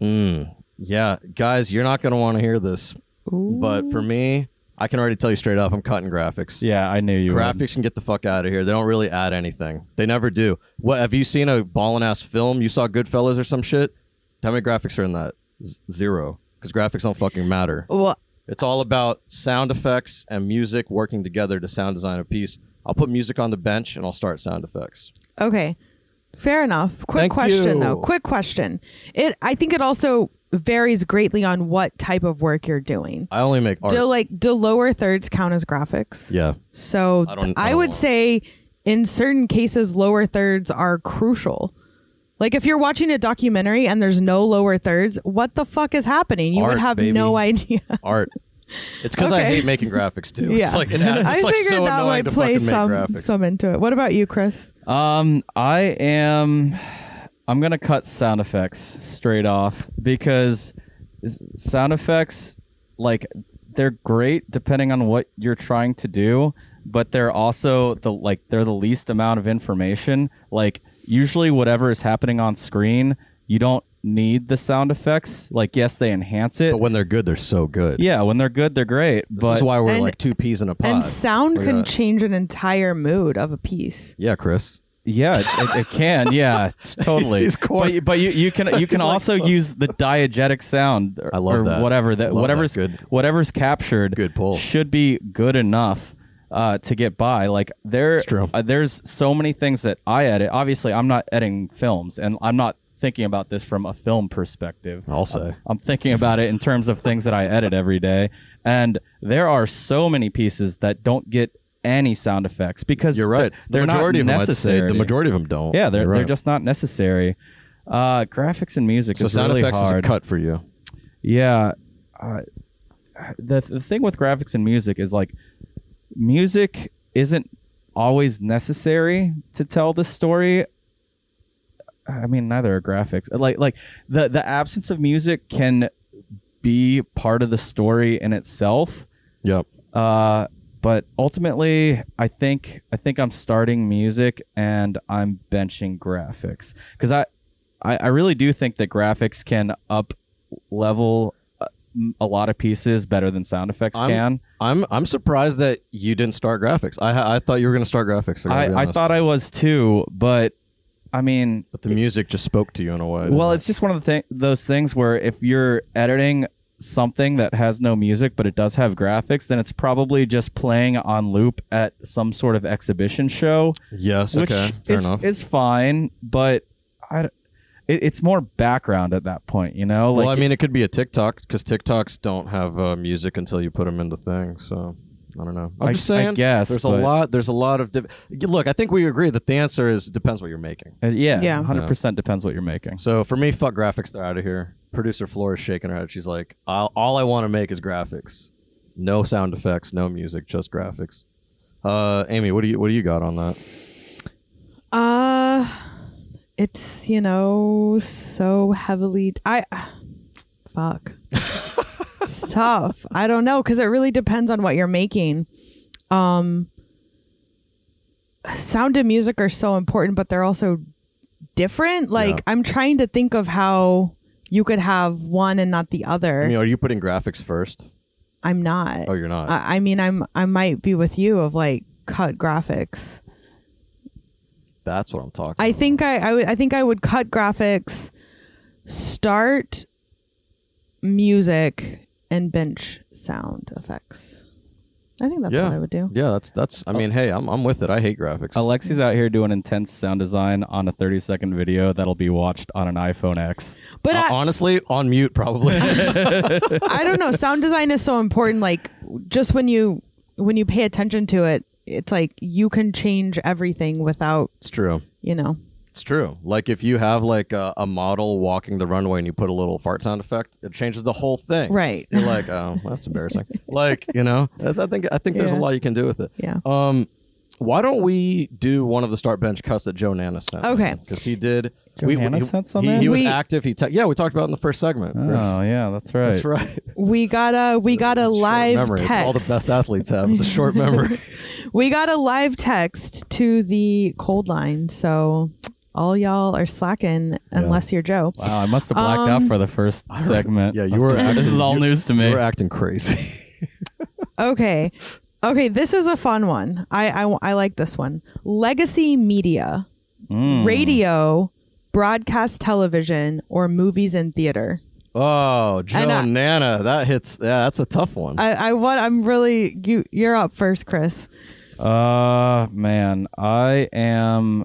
Speaker 3: mm, yeah, guys, you're not gonna want to hear this, but for me, I can already tell you straight up, I'm cutting graphics.
Speaker 4: Yeah, I knew you. would.
Speaker 3: Graphics can get the fuck out of here. They don't really add anything. They never do. What have you seen a ballin' ass film? You saw Goodfellas or some shit? How many graphics are in that? Z- zero. Because graphics don't fucking matter.
Speaker 2: Well,
Speaker 3: It's all about sound effects and music working together to sound design a piece. I'll put music on the bench and I'll start sound effects.
Speaker 2: okay, fair enough. Quick
Speaker 3: Thank
Speaker 2: question
Speaker 3: you.
Speaker 2: though. Quick question. It I think it also varies greatly on what type of work you're doing.
Speaker 3: I only make art.
Speaker 2: Do like do lower thirds count as graphics?
Speaker 3: yeah.
Speaker 2: So
Speaker 3: I
Speaker 2: I,
Speaker 3: don't- I don't
Speaker 2: would
Speaker 3: know.
Speaker 2: say in certain cases, lower thirds are crucial. Like if you're watching a documentary and there's no lower thirds, what the fuck is happening? You
Speaker 3: Art,
Speaker 2: would have
Speaker 3: baby.
Speaker 2: no idea.
Speaker 3: Art. It's because I
Speaker 2: Okay.
Speaker 3: hate making graphics too.
Speaker 2: yeah,
Speaker 3: It's like, it adds,
Speaker 2: I
Speaker 3: it's like
Speaker 2: figured
Speaker 3: so
Speaker 2: that
Speaker 3: annoying
Speaker 2: might
Speaker 3: to
Speaker 2: play
Speaker 3: fucking make
Speaker 2: some
Speaker 3: graphics. Uh,
Speaker 2: some into it. What about you, Chris?
Speaker 4: Um, I am. I'm gonna cut sound effects straight off because s- sound effects, like, they're great depending on what you're trying to do, but they're also the like they're the least amount of information. Like, usually, whatever is happening on screen, you don't need the sound effects. Like, yes, they enhance it.
Speaker 3: but when they're good, they're so good.
Speaker 4: yeah, when they're good, they're great.
Speaker 3: This
Speaker 4: but
Speaker 3: is why we're
Speaker 2: And-
Speaker 3: like two peas in a pod.
Speaker 2: and sound
Speaker 3: Look at
Speaker 2: can
Speaker 3: that.
Speaker 2: change an entire mood of a piece.
Speaker 3: Yeah, Chris.
Speaker 4: Yeah, it, it, it can. Yeah, totally.
Speaker 3: He's corn-
Speaker 4: But, you- but you, you can you can
Speaker 3: like,
Speaker 4: also use the diegetic sound. Or,
Speaker 3: I love
Speaker 4: or
Speaker 3: that.
Speaker 4: Whatever
Speaker 3: Love
Speaker 4: that
Speaker 3: that.
Speaker 4: whatever's
Speaker 3: Good.
Speaker 4: whatever's captured.
Speaker 3: Good pull.
Speaker 4: Should be good enough uh, to get by. Like there,
Speaker 3: It's true.
Speaker 4: uh, there's so many things that I edit. Obviously, I'm not editing films, and I'm not thinking about this from a film perspective.
Speaker 3: I'll say.
Speaker 4: I'm thinking about it in terms of things that I edit every day, and there are so many pieces that don't get any sound effects because
Speaker 3: You're right.
Speaker 4: th- They're
Speaker 3: the majority
Speaker 4: not
Speaker 3: of them, I'd
Speaker 4: necessary.
Speaker 3: say, the majority of them don't.
Speaker 4: Yeah, they're,
Speaker 3: You're
Speaker 4: they're
Speaker 3: right.
Speaker 4: just not necessary. Uh, graphics and music
Speaker 3: so
Speaker 4: is
Speaker 3: sound
Speaker 4: really
Speaker 3: effects
Speaker 4: hard.
Speaker 3: is a cut for you.
Speaker 4: Yeah, uh, the the thing with graphics and music is like music isn't always necessary to tell the story. I mean, neither are graphics. Uh, Like like the the absence of music can be part of the story in itself.
Speaker 3: Yep.
Speaker 4: Uh, but ultimately, I think I think I'm starting music and I'm benching graphics because I, I I really do think that graphics can up level uh, m- a lot of pieces better than sound effects
Speaker 3: I'm-
Speaker 4: can.
Speaker 3: I'm I'm surprised that you didn't start graphics. I ha- I thought you were going to start graphics. gotta
Speaker 4: I,
Speaker 3: be
Speaker 4: I
Speaker 3: honest.
Speaker 4: thought I was too, but I mean,
Speaker 3: but the music just spoke to you in a way.
Speaker 4: well,
Speaker 3: didn't
Speaker 4: it's just one of the thi- those things where if you're editing something that has no music but it does have graphics, then it's probably just playing on loop at some sort of exhibition show,
Speaker 3: Yes.
Speaker 4: which
Speaker 3: okay. Fair
Speaker 4: is,
Speaker 3: enough.
Speaker 4: is fine, but I, d- it, it's more background at that point, you know?
Speaker 3: well, I mean, it could be a TikTok because TikToks don't have uh, music until you put them into things. So I don't know. I'm
Speaker 4: I-
Speaker 3: just
Speaker 4: I
Speaker 3: saying.
Speaker 4: guess,
Speaker 3: there's a
Speaker 4: but-
Speaker 3: lot. There's a lot of diff- look. I think we agree that the answer is it depends what you're making.
Speaker 4: Uh, yeah,
Speaker 2: Yeah.
Speaker 4: 100% depends what you're making.
Speaker 3: So for me, fuck graphics. They're out of here. Producer Floor is shaking her head. She's like, I'll, all I want to make is graphics. No sound effects. No music. Just graphics. Uh, Amy, what do you what do you got on that?
Speaker 2: Uh it's, you know, so heavily I fuck. it's tough. I don't know cuz it really depends on what you're making. Um sound and music are so important but they're also different. Like
Speaker 3: Yeah.
Speaker 2: I'm trying to think of how you could have one and not the other.
Speaker 3: I mean, are you putting graphics first?
Speaker 2: I'm not.
Speaker 3: Oh, you're not.
Speaker 2: I, I mean I'm I might be with you of like cut graphics.
Speaker 3: That's what I'm talking.
Speaker 2: I think I, I, w- I think I would cut graphics, start music, and bench sound effects. I think that's
Speaker 3: yeah.
Speaker 2: what I would do.
Speaker 3: Yeah, that's that's. I mean, hey, I'm I'm with it. I hate graphics.
Speaker 4: Alexi's out here doing intense sound design on a 30 second video that'll be watched on an iPhone X.
Speaker 2: But
Speaker 3: Uh,
Speaker 2: I,
Speaker 3: honestly, on mute probably.
Speaker 2: I don't know. Sound design is so important. Like just when you when you pay attention to it, it's like you can change everything without
Speaker 3: it's true.
Speaker 2: you know.
Speaker 3: It's true. Like if you have like a, a model walking the runway and you put a little fart sound effect, it changes the whole thing.
Speaker 2: Right.
Speaker 3: You're like, oh, that's embarrassing. like you know, that's, I think I think there's a
Speaker 2: Yeah.
Speaker 3: lot you can do with it.
Speaker 2: Yeah.
Speaker 3: Um, why don't we do one of the start bench cuts that Joe Nana sent?
Speaker 2: Okay.
Speaker 3: Because he did.
Speaker 4: Joe
Speaker 3: we,
Speaker 4: Nana
Speaker 3: he,
Speaker 4: sent some
Speaker 3: He,
Speaker 4: in?
Speaker 3: he was
Speaker 2: We-
Speaker 3: active. He ta- yeah, we talked about it in the first segment.
Speaker 4: Oh, yeah, that's right.
Speaker 3: That's right.
Speaker 2: We got a we got a
Speaker 3: Short
Speaker 2: live
Speaker 3: memory.
Speaker 2: text.
Speaker 3: It's all the best athletes have. It's a short memory.
Speaker 2: We got a live text to the cold line, so all y'all are slacking unless you're Joe.
Speaker 4: Wow, I must have blacked out for the first segment.
Speaker 3: yeah, you
Speaker 4: That's-
Speaker 3: were
Speaker 4: This is
Speaker 3: acting-
Speaker 4: all
Speaker 3: you-
Speaker 4: news to me.
Speaker 3: We're acting crazy.
Speaker 2: Okay. Okay, this is a fun one. I, I I like this one. Legacy media,
Speaker 3: Hmm.
Speaker 2: radio, broadcast television, or movies and theater.
Speaker 3: Oh, Joe
Speaker 2: And uh, I-
Speaker 3: Nana, that hits. Yeah, that's a tough one.
Speaker 2: I I want I'm really you you're up first, Chris.
Speaker 4: Uh man, I am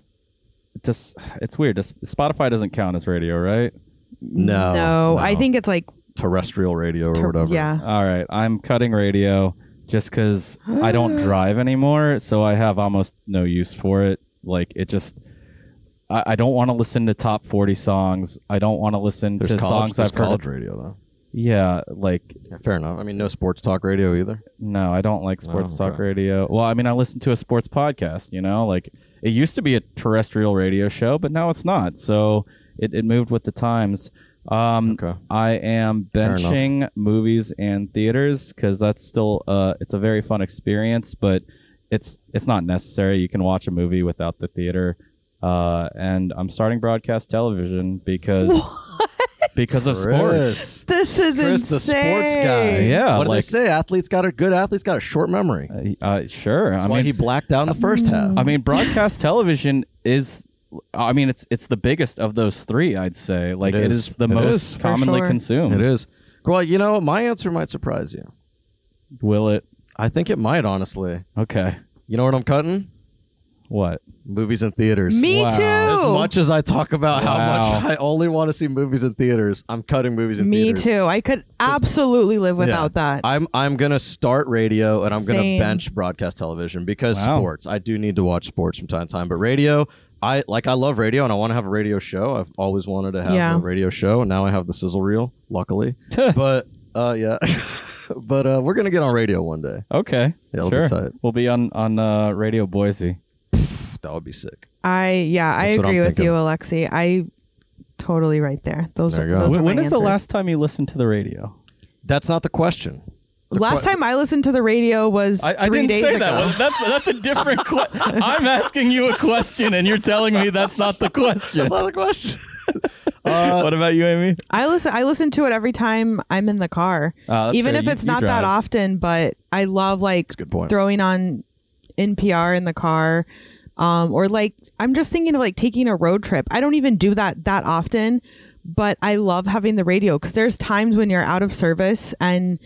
Speaker 4: just it's weird. Just Spotify doesn't count as radio, right?
Speaker 3: no,
Speaker 2: no, I think it's like
Speaker 3: terrestrial radio or whatever.
Speaker 2: yeah.
Speaker 4: All right, I'm cutting radio just cuz I don't drive anymore, so I have almost no use for it. Like it just I, I don't want to listen to top 40 songs. I don't want to listen
Speaker 3: there's
Speaker 4: to
Speaker 3: college,
Speaker 4: songs
Speaker 3: there's
Speaker 4: I've heard.
Speaker 3: college radio though.
Speaker 4: Yeah, like
Speaker 3: Yeah, fair enough. I mean, no sports talk radio either.
Speaker 4: No, I don't like sports
Speaker 3: Oh, okay.
Speaker 4: talk radio. Well, I mean, I listen to a sports podcast, you know, like it used to be a terrestrial radio show, but now it's not. So it, it moved with the times. Um,
Speaker 3: Okay.
Speaker 4: I am
Speaker 3: Fair enough.
Speaker 4: benching movies and theaters because that's still uh, it's a very fun experience, but it's it's not necessary. You can watch a movie without the theater. Uh, and I'm starting broadcast television because because of sports.
Speaker 3: Chris.
Speaker 2: This is insane.
Speaker 3: Chris, the sports guy.
Speaker 4: Yeah,
Speaker 3: What do they
Speaker 4: like-
Speaker 3: say? Athletes got a good athlete's got a short memory. That's
Speaker 4: Uh, sure, I
Speaker 3: why
Speaker 4: mean
Speaker 3: he blacked out in the first half.
Speaker 4: I mean, broadcast television is. I mean, it's it's the biggest of those three. I'd say, like,
Speaker 3: It
Speaker 4: it
Speaker 3: is.
Speaker 4: is the
Speaker 3: It is,
Speaker 4: most
Speaker 3: for
Speaker 4: commonly
Speaker 2: sure.
Speaker 4: consumed.
Speaker 3: it is. Well, you know, my answer might surprise you.
Speaker 4: Will it?
Speaker 3: I think it might, honestly.
Speaker 4: Okay.
Speaker 3: You know what I'm cutting?
Speaker 4: What?
Speaker 3: Movies and theaters.
Speaker 2: Me
Speaker 4: Wow.
Speaker 2: too.
Speaker 3: As much as I talk about how
Speaker 4: Wow.
Speaker 3: much I only want to see movies in theaters, I'm cutting movies in
Speaker 2: Me
Speaker 3: theaters.
Speaker 2: too. I could absolutely live without that.
Speaker 3: I'm I'm gonna start radio and I'm
Speaker 2: Same.
Speaker 3: gonna bench broadcast television because
Speaker 4: Wow.
Speaker 3: sports. I do need to watch sports from time to time, but radio. I like I love radio and I want to have a radio show. I've always wanted to have
Speaker 2: Yeah.
Speaker 3: a radio show, and now I have the sizzle reel, luckily. but uh, yeah, but uh, we're gonna get on radio one day.
Speaker 4: Okay.
Speaker 3: Yeah, it'll be
Speaker 4: sure.
Speaker 3: tight.
Speaker 4: We'll be on on uh, Radio Boise.
Speaker 3: Pff, That would be sick.
Speaker 2: I yeah, I
Speaker 3: That's what I'm
Speaker 2: agree with
Speaker 3: thinking.
Speaker 2: you, Alexi. I totally right there. Those,
Speaker 3: There you go.
Speaker 2: those
Speaker 4: When-
Speaker 2: are
Speaker 4: when
Speaker 2: my
Speaker 4: is the
Speaker 2: answers.
Speaker 4: last time you listened to the radio?
Speaker 3: That's not the question.
Speaker 2: Last time I listened to the radio was
Speaker 4: I, I
Speaker 2: 3
Speaker 4: didn't
Speaker 2: days
Speaker 4: say
Speaker 2: ago.
Speaker 4: that. That's that's a different. Que- I'm asking you a question, and you're telling me that's not the question.
Speaker 3: That's not the question. Uh,
Speaker 4: what about you, Amy?
Speaker 2: I listen. I listen to it every time I'm in the car,
Speaker 4: Ah, that's
Speaker 2: even
Speaker 4: fair.
Speaker 2: if
Speaker 4: You-
Speaker 2: it's
Speaker 4: you
Speaker 2: not that
Speaker 4: drive.
Speaker 2: often. But I love like
Speaker 3: good point.
Speaker 2: throwing on NPR in the car, um, or like I'm just thinking of like taking a road trip. I don't even do that that often, but I love having the radio because there's times when you're out of service and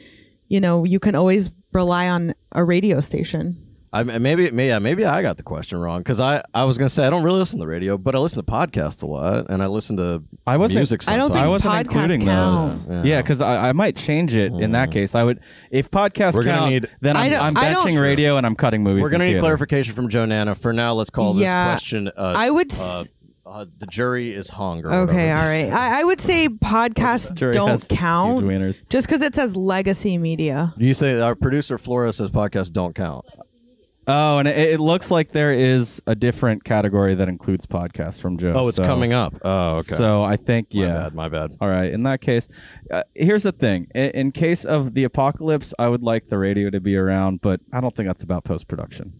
Speaker 2: you know you can always rely on a radio station.
Speaker 3: I mean, maybe, may- yeah, maybe I got the question wrong because I, I was gonna say I don't really listen to the radio, but I listen to podcasts a lot, and I listen to
Speaker 4: I wasn't-
Speaker 3: music.
Speaker 2: I
Speaker 3: Sometimes.
Speaker 2: don't think
Speaker 4: I wasn't
Speaker 2: podcasts
Speaker 4: including
Speaker 2: count.
Speaker 4: those. Yeah, because I, I might change it in that case. I would if podcasts
Speaker 3: Mm. We're gonna
Speaker 4: count,
Speaker 3: need-
Speaker 4: then
Speaker 2: I
Speaker 4: I'm,
Speaker 2: don't-
Speaker 4: I'm
Speaker 2: I don't-
Speaker 4: benching radio and I'm cutting movies.
Speaker 3: We're gonna
Speaker 4: and
Speaker 3: need
Speaker 4: theater.
Speaker 3: clarification from Joe Nana. For now, let's call this
Speaker 2: Yeah.
Speaker 3: question. Uh,
Speaker 2: I would
Speaker 3: Uh,
Speaker 2: s-
Speaker 3: uh, the jury is hung. Or
Speaker 2: Okay,
Speaker 3: whatever
Speaker 2: all
Speaker 3: it
Speaker 2: right.
Speaker 3: is.
Speaker 2: I, I would say podcasts
Speaker 4: Jury has
Speaker 2: don't
Speaker 4: huge
Speaker 2: count
Speaker 4: wieners.
Speaker 2: just because it says legacy media.
Speaker 3: You say our producer Flora says podcasts don't count.
Speaker 4: Oh, and it, it looks like there is a different category that includes podcasts from Joe.
Speaker 3: Oh, it's
Speaker 4: so-
Speaker 3: coming up. Oh, okay.
Speaker 4: So I think
Speaker 3: my
Speaker 4: yeah.
Speaker 3: bad. My bad.
Speaker 4: All right. In that case, uh, here's the thing. In, in case of the apocalypse, I would like the radio to be around, but I don't think that's about post production.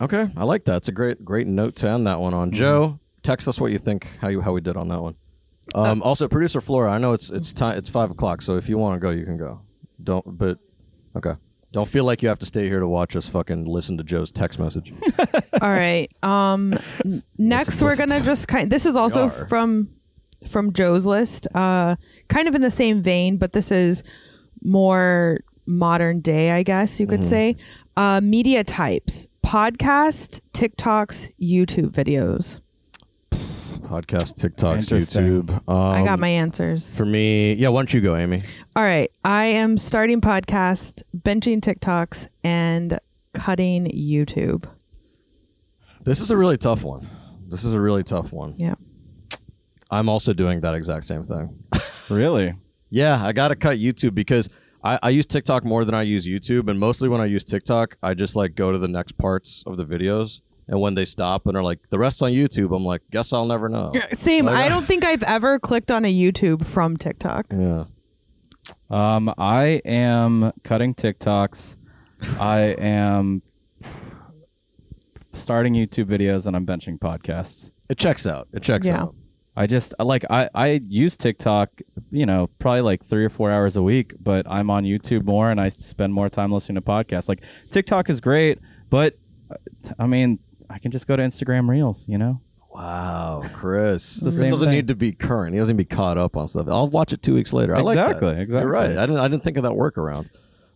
Speaker 3: Okay, I like that. It's a great, great note to end that one
Speaker 4: Mm-hmm.
Speaker 3: on. Joe, text us what you think how you how we did on that one.
Speaker 2: Uh,
Speaker 3: Um, also, producer Flora, I know it's it's time. It's five o'clock, so if you want to go, you can go. Don't, but okay. Don't feel like you have to stay here to watch us fucking listen to Joe's text message.
Speaker 2: All right. Um, n- next,
Speaker 3: Listen-
Speaker 2: we're
Speaker 3: listen
Speaker 2: gonna
Speaker 3: to-
Speaker 2: just kind. This is also
Speaker 3: are.
Speaker 2: from from Joe's list. Uh, kind of in the same vein, but this is more modern day, I guess you could say. Uh, media types: podcast, TikToks, YouTube videos.
Speaker 3: Podcast, TikToks,
Speaker 4: Interesting.
Speaker 3: YouTube. Um,
Speaker 2: I got my answers.
Speaker 3: For me, yeah. Why don't you go, Amy?
Speaker 2: All right, I am starting podcast, benching TikToks, and cutting YouTube.
Speaker 3: This is a really tough one. This is a really tough one.
Speaker 2: Yeah.
Speaker 3: I'm also doing that exact same thing.
Speaker 4: Really?
Speaker 3: Yeah, I gotta cut YouTube because I, I use TikTok more than I use YouTube, and mostly when I use TikTok, I just like go to the next parts of the videos, and when they stop and are like the rest on YouTube, I'm like, guess I'll never know.
Speaker 2: Same. I don't think I've ever clicked on a YouTube from TikTok.
Speaker 3: Yeah,
Speaker 4: Um, I am cutting TikToks. I am starting YouTube videos and I'm benching podcasts.
Speaker 3: it checks out. It checks
Speaker 2: Yeah.
Speaker 3: out.
Speaker 4: I just like I I use TikTok, you know, probably like 3 or 4 hours a week, but I'm on YouTube more and I spend more time listening to podcasts. Like TikTok is great, but uh, t- I mean, I can just go to Instagram Reels, you know.
Speaker 3: Wow, Chris,
Speaker 4: the
Speaker 3: Chris
Speaker 4: same
Speaker 3: doesn't
Speaker 4: thing.
Speaker 3: need to be current. He doesn't need to be caught up on stuff. I'll watch it two weeks later. I like that.
Speaker 4: Exactly, exactly.
Speaker 3: You're right. I didn't. I didn't think of that workaround.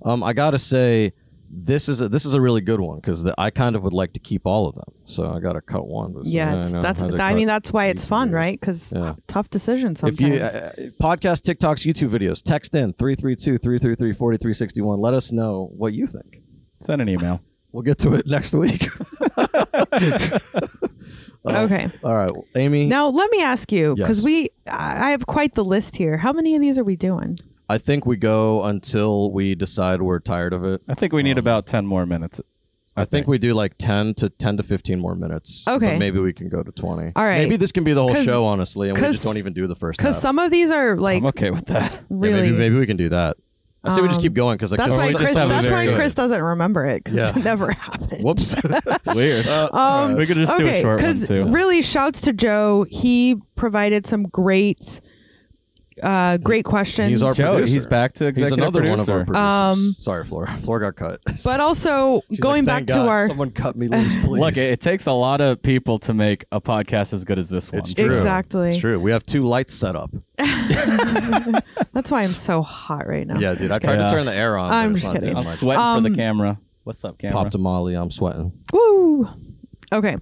Speaker 3: Um, I gotta say, this is a, this is a really good one because I kind of would like to keep all of them. So I gotta cut one. but-
Speaker 2: Yeah,
Speaker 3: I
Speaker 2: it's,
Speaker 3: know
Speaker 2: that's.
Speaker 3: how to
Speaker 2: I
Speaker 3: cut.
Speaker 2: mean, that's why it's fun, right? Because
Speaker 3: Yeah.
Speaker 2: tough decisions sometimes.
Speaker 3: If you uh, uh, podcast, TikToks, YouTube videos, text in 332-333-4361. Let us know what you think.
Speaker 4: Send an email.
Speaker 3: We'll get to it next week. uh,
Speaker 2: okay.
Speaker 3: All right, Amy.
Speaker 2: Now let me ask you because
Speaker 3: Yes.
Speaker 2: we, I I have quite the list here. How many of these are we doing?
Speaker 3: I think we go until we decide we're tired of it.
Speaker 4: I think we need about 10 more minutes.
Speaker 3: Um, I think we do like 10 to 10 to 15 more minutes.
Speaker 2: Okay.
Speaker 3: But maybe we can go to 20.
Speaker 2: All right.
Speaker 3: Maybe this can be the whole
Speaker 2: 'Cause-
Speaker 3: show, honestly, and we
Speaker 2: 'cause-
Speaker 3: just don't even do the first half.
Speaker 2: Because some of these are like
Speaker 4: I'm okay with that.
Speaker 3: Yeah,
Speaker 2: really.
Speaker 3: maybe, maybe we can do that. I say we just
Speaker 2: Um,
Speaker 3: keep going because like,
Speaker 2: That's
Speaker 3: this
Speaker 2: why
Speaker 3: is-
Speaker 4: just
Speaker 2: Chris.
Speaker 4: have a
Speaker 2: That's
Speaker 4: very
Speaker 2: why
Speaker 4: good-
Speaker 2: Chris doesn't remember it because
Speaker 3: Yeah.
Speaker 2: it never happened.
Speaker 3: Whoops.
Speaker 4: Weird.
Speaker 3: Uh,
Speaker 2: Um,
Speaker 4: we could just do a
Speaker 2: okay,
Speaker 4: short one
Speaker 2: because
Speaker 4: too.
Speaker 2: really, shouts to Joe. He provided some great, uh, great questions.
Speaker 3: He's our
Speaker 4: Joe,
Speaker 3: producer.
Speaker 4: he's back to
Speaker 3: He's
Speaker 4: executive
Speaker 3: another
Speaker 4: producer.
Speaker 3: one of our producers.
Speaker 2: Um,
Speaker 3: Sorry, Flora. Flora got cut.
Speaker 2: but also
Speaker 3: She's
Speaker 2: going
Speaker 3: like,
Speaker 2: back
Speaker 3: "Thank God,
Speaker 2: to our
Speaker 3: someone cut me loose, please.
Speaker 4: Look, it, it takes a lot of people to make a podcast as good as this one.
Speaker 3: it's true.
Speaker 2: Exactly.
Speaker 3: It's true. We have two lights set up.
Speaker 2: That's why I'm so hot right now.
Speaker 3: Yeah, dude. I tried
Speaker 4: Yeah.
Speaker 3: to turn the air on. but
Speaker 2: I'm
Speaker 3: it's
Speaker 2: just
Speaker 3: not
Speaker 2: kidding.
Speaker 3: doing
Speaker 4: I'm
Speaker 3: much.
Speaker 4: sweating for
Speaker 2: Um,
Speaker 4: the camera. What's up, camera?
Speaker 3: Popped a molly. I'm sweating.
Speaker 2: Woo. Okay.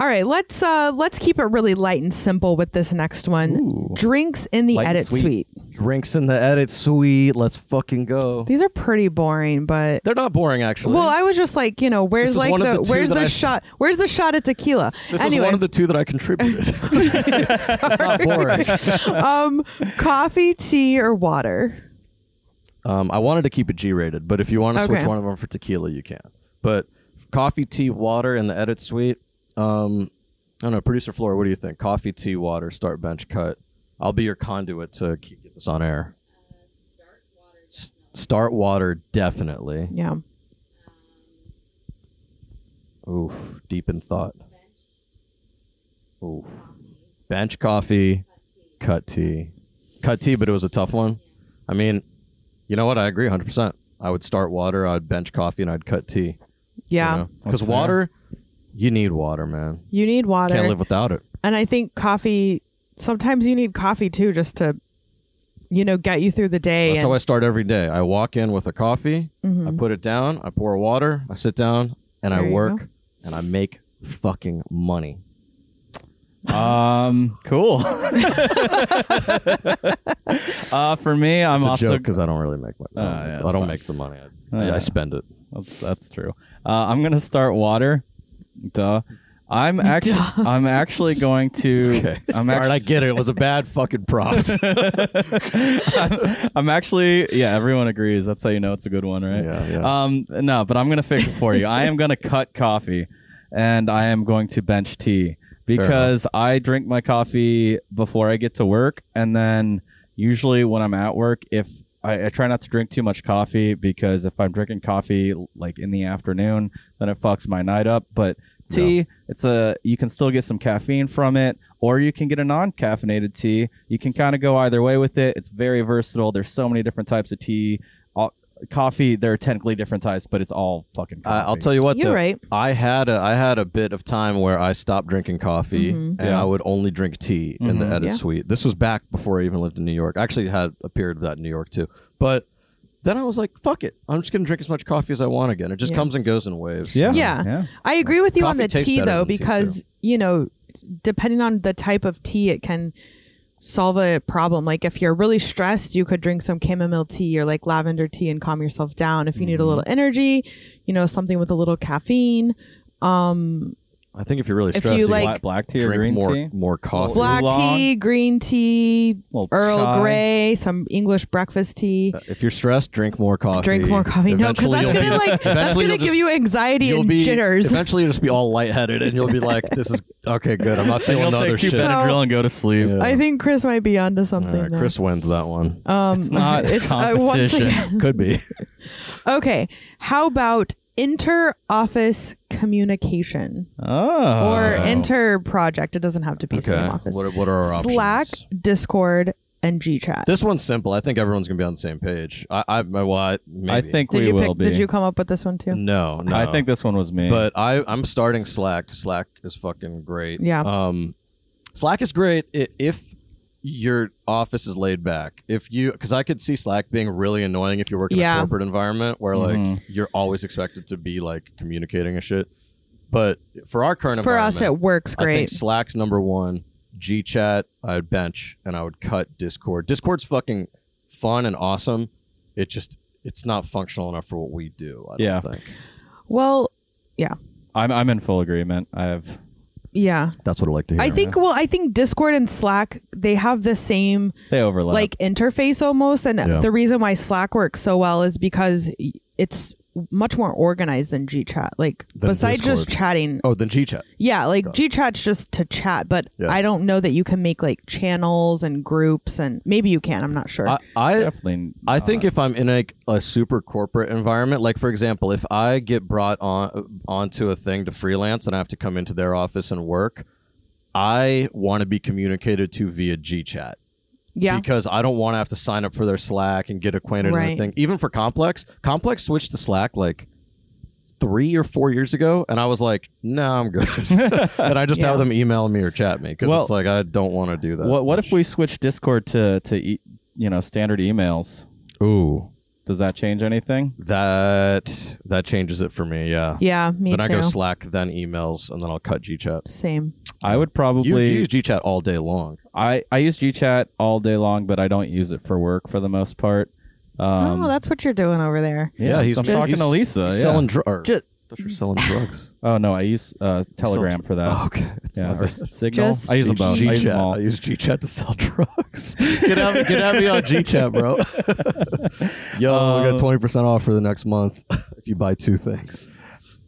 Speaker 2: All right, let's uh let's keep it really light and simple with this next one.
Speaker 4: Ooh.
Speaker 2: Drinks in the
Speaker 4: Light and
Speaker 2: edit
Speaker 4: sweet.
Speaker 2: suite.
Speaker 3: Drinks in the edit suite. Let's fucking go.
Speaker 2: These are pretty boring, but
Speaker 3: They're not boring, actually.
Speaker 2: well, I was just like, you know, where's
Speaker 3: is
Speaker 2: like
Speaker 3: one of
Speaker 2: the,
Speaker 3: the two
Speaker 2: where's
Speaker 3: that
Speaker 2: the
Speaker 3: I-
Speaker 2: shot where's the shot at tequila?
Speaker 3: this
Speaker 2: anyway,
Speaker 3: is one of the two that I contributed. it's not boring.
Speaker 2: um coffee, tea, or water.
Speaker 3: Um, I wanted to keep it G-rated, but if you want to switch
Speaker 2: Okay.
Speaker 3: one of them for tequila, you can. But coffee, tea, water in the edit suite. Um, I don't know, producer Flora, what do you think? Coffee, tea, water, start bench cut. I'll be your conduit to keep get this on air.
Speaker 2: Uh,
Speaker 3: S- start water definitely.
Speaker 2: Yeah.
Speaker 3: Oof, deep in thought. Oof, bench coffee, cut tea, cut tea. But it was a tough one. I mean, you know what? I agree, hundred percent. I would start water. I'd bench coffee, and I'd cut tea.
Speaker 2: Yeah.
Speaker 3: you know? Because
Speaker 4: That's fair.
Speaker 3: water, you need water, man.
Speaker 2: You need water.
Speaker 3: Can't live without it.
Speaker 2: and I think coffee sometimes you need coffee too, just to, you know, get you through the day.
Speaker 3: That's
Speaker 2: and- Mm-hmm.
Speaker 3: how I start every day. I walk in with a coffee, I put it down, I pour water, I sit down, and
Speaker 2: There
Speaker 3: I
Speaker 2: you
Speaker 3: work
Speaker 2: go.
Speaker 3: and I make fucking money.
Speaker 4: Um, cool. uh, for me, I'm
Speaker 3: It's a
Speaker 4: also
Speaker 3: joke because I don't really make money.
Speaker 4: Ah, yeah,
Speaker 3: I
Speaker 4: that's
Speaker 3: don't
Speaker 4: fine.
Speaker 3: make the money. I,
Speaker 4: Ah,
Speaker 3: I
Speaker 4: yeah.
Speaker 3: spend it.
Speaker 4: That's that's true. Uh, I'm gonna start water. Duh. I'm actually I'm actually going to I'm
Speaker 3: All right, I
Speaker 4: actually
Speaker 3: get it. It was a bad fucking prompt. yeah,
Speaker 4: I'm actually yeah everyone agrees that's how you know it's a good one right
Speaker 3: Yeah, yeah.
Speaker 4: um no but I'm gonna fix it for you I am gonna cut coffee and I am going to bench tea because I drink my coffee before I get to work and then usually when I'm at work if I, I try not to drink too much coffee because if I'm drinking coffee like in the afternoon then it fucks my night up but tea it's a you can still get some caffeine from it or you can get a non-caffeinated tea you can kind of go either way with it it's very versatile there's so many different types of tea all, coffee there are technically different types but it's all fucking coffee.
Speaker 3: I, Uh, I'll tell you what.
Speaker 2: You're
Speaker 3: though,
Speaker 2: right.
Speaker 3: I had a I had a bit of time where I stopped drinking coffee and
Speaker 4: Yeah. Mm-hmm.
Speaker 3: I would only drink tea in the edit
Speaker 2: Mm-hmm. Yeah.
Speaker 3: suite. This was back before I even lived in New York. I actually had a period of that in New York too. But then I was like, fuck it. I'm just gonna drink as much coffee as I want again. It just
Speaker 2: Yeah.
Speaker 3: comes and goes in waves.
Speaker 4: Yeah.
Speaker 2: yeah.
Speaker 4: Yeah.
Speaker 2: I agree with you on
Speaker 3: Coffee
Speaker 2: the
Speaker 3: tastes
Speaker 2: tea
Speaker 3: better
Speaker 2: though,
Speaker 3: than tea, too.
Speaker 2: because you know, depending on the type of tea, it can solve a problem. Like if you're really stressed, you could drink some chamomile tea or like lavender tea and calm yourself down. If you
Speaker 3: Mm-hmm.
Speaker 2: need a little energy, you know, something with a little caffeine.
Speaker 3: I think if you're really
Speaker 2: If
Speaker 3: stressed,
Speaker 2: you
Speaker 3: you
Speaker 2: like-
Speaker 4: black, black tea or
Speaker 3: drink
Speaker 4: green
Speaker 3: more
Speaker 4: tea
Speaker 3: more coffee.
Speaker 2: Black
Speaker 4: Oolong.
Speaker 2: tea, green tea,
Speaker 4: Little
Speaker 2: Earl
Speaker 4: chai.
Speaker 2: Grey, some English breakfast tea.
Speaker 3: If you're stressed, drink more coffee.
Speaker 2: Drink more coffee. No, because
Speaker 3: Uh, Eventually
Speaker 2: that's
Speaker 3: you'll
Speaker 2: gonna
Speaker 3: be-
Speaker 2: like that's
Speaker 3: eventually
Speaker 2: gonna
Speaker 3: you'll
Speaker 2: give
Speaker 3: just-
Speaker 2: you anxiety
Speaker 3: you'll
Speaker 2: and
Speaker 3: be
Speaker 2: jitters.
Speaker 3: Eventually, you'll just be all lightheaded, and you'll be like, "This is okay, good. I'm not feeling
Speaker 4: You'll
Speaker 3: other
Speaker 4: take two
Speaker 3: shit."
Speaker 4: Benadryl and go to sleep.
Speaker 3: Yeah.
Speaker 2: I think Chris might be onto
Speaker 3: All
Speaker 2: something.
Speaker 3: right,
Speaker 2: there.
Speaker 3: Chris wins that one.
Speaker 2: um,
Speaker 4: It's not
Speaker 2: uh, once
Speaker 4: competition.
Speaker 2: again-
Speaker 3: Could be.
Speaker 2: Okay. How about inter office communication
Speaker 4: Oh.
Speaker 2: or
Speaker 3: Oh.
Speaker 2: inter project? It doesn't have to be same office.
Speaker 3: What, are- what are our
Speaker 2: Slack,
Speaker 3: options?
Speaker 2: Discord, and GChat.
Speaker 3: This one's simple. I think everyone's gonna be on the same page. I, I, well, I, maybe.
Speaker 4: I think
Speaker 2: did
Speaker 4: we
Speaker 2: you
Speaker 4: will
Speaker 2: pick?
Speaker 4: be.
Speaker 2: Did you come up with this one too?
Speaker 3: no, no.
Speaker 4: I think this one was me.
Speaker 3: but I, I'm starting Slack. Slack is fucking great.
Speaker 2: Yeah.
Speaker 3: Um, Slack is great i- if your office is laid back. If you, because I could see Slack being really annoying if you work in
Speaker 2: Yeah.
Speaker 3: a corporate environment where
Speaker 4: Mhm.
Speaker 3: like you're always expected to be like communicating and shit. But for our current
Speaker 2: For us,
Speaker 3: environment,
Speaker 2: it works
Speaker 3: I think
Speaker 2: great.
Speaker 3: Slack's number one. GChat, I'd bench, and I would cut Discord. Discord's fucking fun and awesome. It just it's not functional enough for what we do. I don't
Speaker 4: Yeah.
Speaker 3: think
Speaker 2: Well,
Speaker 4: I'm I'm in full agreement. I have
Speaker 2: yeah.
Speaker 3: that's what I like to hear.
Speaker 2: I think. Well, I think Discord and Slack they have the same
Speaker 4: they overlap.
Speaker 2: like interface almost, and
Speaker 3: Yeah.
Speaker 2: the reason why Slack works so well is because y- it's much more organized than GChat. Like
Speaker 3: Than
Speaker 2: besides just
Speaker 3: Discord.
Speaker 2: chatting,
Speaker 3: Oh, then GChat.
Speaker 2: Yeah, like GChat's just to chat, but
Speaker 3: Yeah.
Speaker 2: I don't know that you can make like channels and groups, and maybe you can. I'm not sure.
Speaker 3: I I,
Speaker 4: definitely.
Speaker 3: I think if I'm in a, a super corporate environment, like for example, if I get brought on onto a thing to freelance and I have to come into their office and work, I want to be communicated to via GChat.
Speaker 2: yeah,
Speaker 3: because I don't want to have to sign up for their Slack and get acquainted
Speaker 2: Right.
Speaker 3: and everything. Even for Complex, Complex switched to Slack like three or four years ago, and I was like, "No, I'm good," and I just
Speaker 2: Yeah.
Speaker 3: have them email me or chat me because
Speaker 4: Well-
Speaker 3: it's like I don't want to do that.
Speaker 4: What what if we switch Discord to to e- you know standard emails?
Speaker 3: Ooh,
Speaker 4: Does that change anything?
Speaker 3: that that changes it for me. Yeah,
Speaker 2: yeah, me
Speaker 3: Then
Speaker 2: too.
Speaker 3: I go Slack, then emails, and then I'll cut GChat.
Speaker 2: Same.
Speaker 4: I would
Speaker 3: You
Speaker 4: probably.
Speaker 3: use GChat all day long.
Speaker 4: I I use GChat all day long, but I don't use it for work for the most part. Um,
Speaker 2: oh, that's what you're doing over there.
Speaker 3: Yeah, he's
Speaker 4: I'm
Speaker 3: just-
Speaker 4: talking to
Speaker 3: he's-
Speaker 4: Lisa.
Speaker 3: He's
Speaker 4: Oh, yeah.
Speaker 3: Selling drugs. You're selling drugs.
Speaker 4: oh no, I use uh, Telegram for that.
Speaker 3: Oh, okay.
Speaker 4: Yeah, or Signal.
Speaker 2: Just-
Speaker 4: I use them both. I use them all.
Speaker 3: I use GChat to sell drugs. get out, get out me on GChat, bro. Yo, we
Speaker 4: Um,
Speaker 3: got twenty percent off for the next month if you buy two things.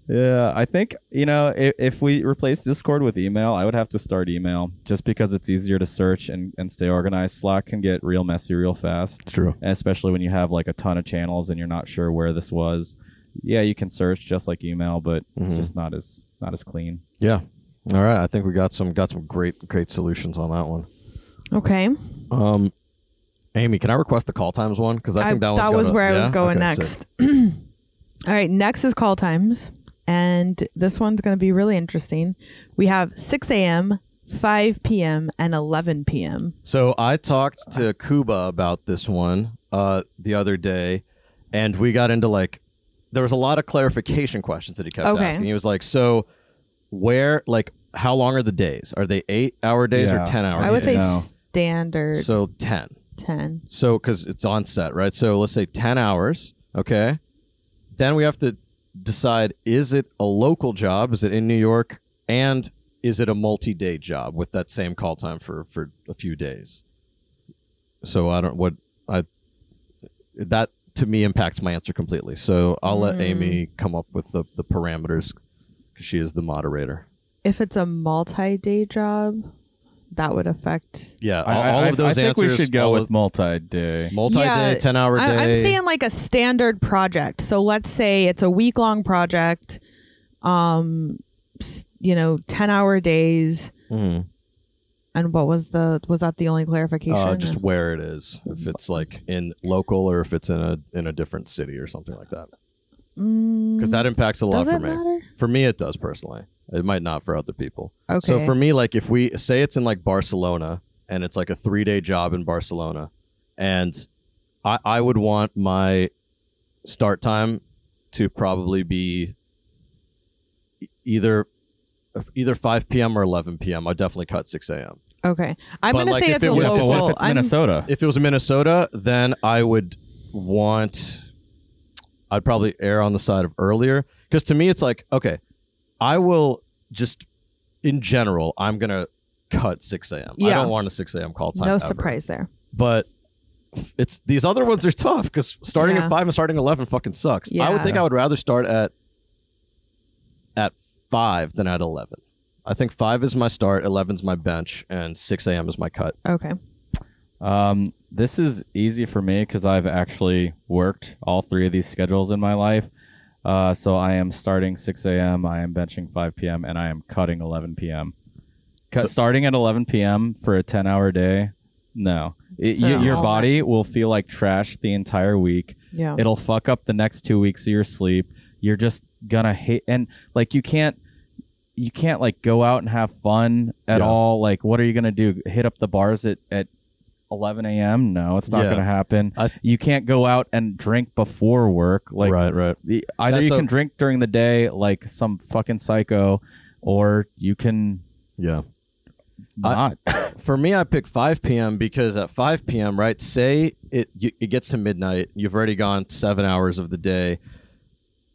Speaker 4: Yeah, I think you know if, if we replace Discord with email, I would have to start email just because it's easier to search and, and stay organized. Slack can get real messy real fast,
Speaker 3: It's true.
Speaker 4: especially when you have like a ton of channels and you're not sure where this was. Yeah, you can search just like email, but it's
Speaker 3: Mhm.
Speaker 4: just not as not as clean.
Speaker 3: Yeah. All right. I think we got some got some great great solutions on that one.
Speaker 2: Okay,
Speaker 3: Um, Amy, can I request the call times one? Because I
Speaker 2: I,
Speaker 3: think that,
Speaker 2: that,
Speaker 3: one's got
Speaker 2: was
Speaker 3: a-
Speaker 2: where I was
Speaker 3: yeah?
Speaker 2: going
Speaker 3: Okay, sick.
Speaker 2: next. All right, next is call times, and this one's going to be really interesting. We have 6 a.m., 5 p.m., and 11 p.m.
Speaker 3: So I talked to Kuba about this one uh, the other day, and we got into like there was a lot of clarification questions that he kept
Speaker 2: Okay.
Speaker 3: asking. He was like, "So where, like, how long are the days? Are they eight-hour days
Speaker 4: Yeah.
Speaker 3: or ten-hour?
Speaker 2: I would say
Speaker 3: days?
Speaker 4: No.
Speaker 2: standard
Speaker 3: Oh, so ten.
Speaker 2: 10.
Speaker 3: So because it's on set, right? So let's say ten hours. Okay, then we have to decide: is it a local job? Is it in New York? And is it a multi-day job with that same call time for for a few days? So I don't what I that to me impacts my answer completely. So I'll
Speaker 4: Mm.
Speaker 3: let Amy come up with the the parameters because she is the moderator.
Speaker 2: If it's a multi day job, that would affect.
Speaker 3: Yeah, all,
Speaker 4: I, I-
Speaker 3: all
Speaker 4: I-
Speaker 3: of those
Speaker 4: I think
Speaker 3: answers.
Speaker 4: we should go
Speaker 3: all
Speaker 4: with
Speaker 3: of-
Speaker 4: multi-day.
Speaker 3: multi-day,
Speaker 2: Yeah,
Speaker 3: ten-hour day.
Speaker 2: I- I'm saying like a standard project. So let's say it's a week long project, um, s- you know, 10 hour days.
Speaker 3: Mhm.
Speaker 2: And what was the, was that the only clarification?
Speaker 3: Uh, just where it is, if it's like in local or if it's in a in a different city or something like that, because that impacts a lot
Speaker 2: Mm, Does
Speaker 3: for
Speaker 2: it
Speaker 3: me.
Speaker 2: matter?
Speaker 3: For me, it does personally. It might not for other people. So
Speaker 2: Okay.
Speaker 3: for me, like if we say it's in like Barcelona and it's like a three day job in Barcelona, and I I would want my start time to probably be e- either either 5 p.m. or 11 p.m. I definitely cut 6 a.m.
Speaker 2: Okay. I'm
Speaker 3: But,
Speaker 2: going
Speaker 3: like,
Speaker 2: to say
Speaker 3: if
Speaker 2: it's
Speaker 3: it
Speaker 2: a
Speaker 3: was-
Speaker 4: Yeah, but
Speaker 2: local.
Speaker 4: what if it's
Speaker 2: I'm-
Speaker 4: Minnesota?
Speaker 3: if it was Minnesota, then I would want. I'd probably err on the side of earlier because to me it's like okay, I will just in general I'm gonna cut six a.m. I
Speaker 2: Yeah.
Speaker 3: don't want a six a.m. call time.
Speaker 2: no
Speaker 3: ever.
Speaker 2: surprise there.
Speaker 3: but it's these other ones are tough because starting
Speaker 2: Yeah.
Speaker 3: at five and starting at eleven fucking sucks. I would
Speaker 2: Yeah.
Speaker 3: think I would rather start at at five than at eleven. I think five is my start, eleven's my bench, and six a.m. is my cut.
Speaker 2: Okay.
Speaker 4: Um, this is easy for me because I've actually worked all three of these schedules in my life. Uh, so I am starting 6 a.m., I am benching 5 p.m., and I am cutting 11 p.m. Cut,
Speaker 3: So-
Speaker 4: starting at 11 p.m. for a 10 hour day, no. It,
Speaker 2: So
Speaker 4: y- your
Speaker 2: all
Speaker 4: body will feel like trash the entire week.
Speaker 2: Yeah.
Speaker 4: It'll fuck up the next two weeks of your sleep. You're just gonna hate and like you can't you can't like go out and have fun at
Speaker 3: Yeah.
Speaker 4: all. Like what are you gonna do? Hit up the bars at, at eleven AM? No, it's not
Speaker 3: Yeah.
Speaker 4: gonna happen.
Speaker 3: I-
Speaker 4: you can't go out and drink before work. Like
Speaker 3: right, right.
Speaker 4: the, either
Speaker 3: That's
Speaker 4: you
Speaker 3: a-
Speaker 4: can drink during the day like some fucking psycho or you can
Speaker 3: Yeah. I-
Speaker 4: not.
Speaker 3: For me, I pick 5 p.m. because at 5 p.m., right, say it you, it gets to midnight, you've already gone seven hours of the day.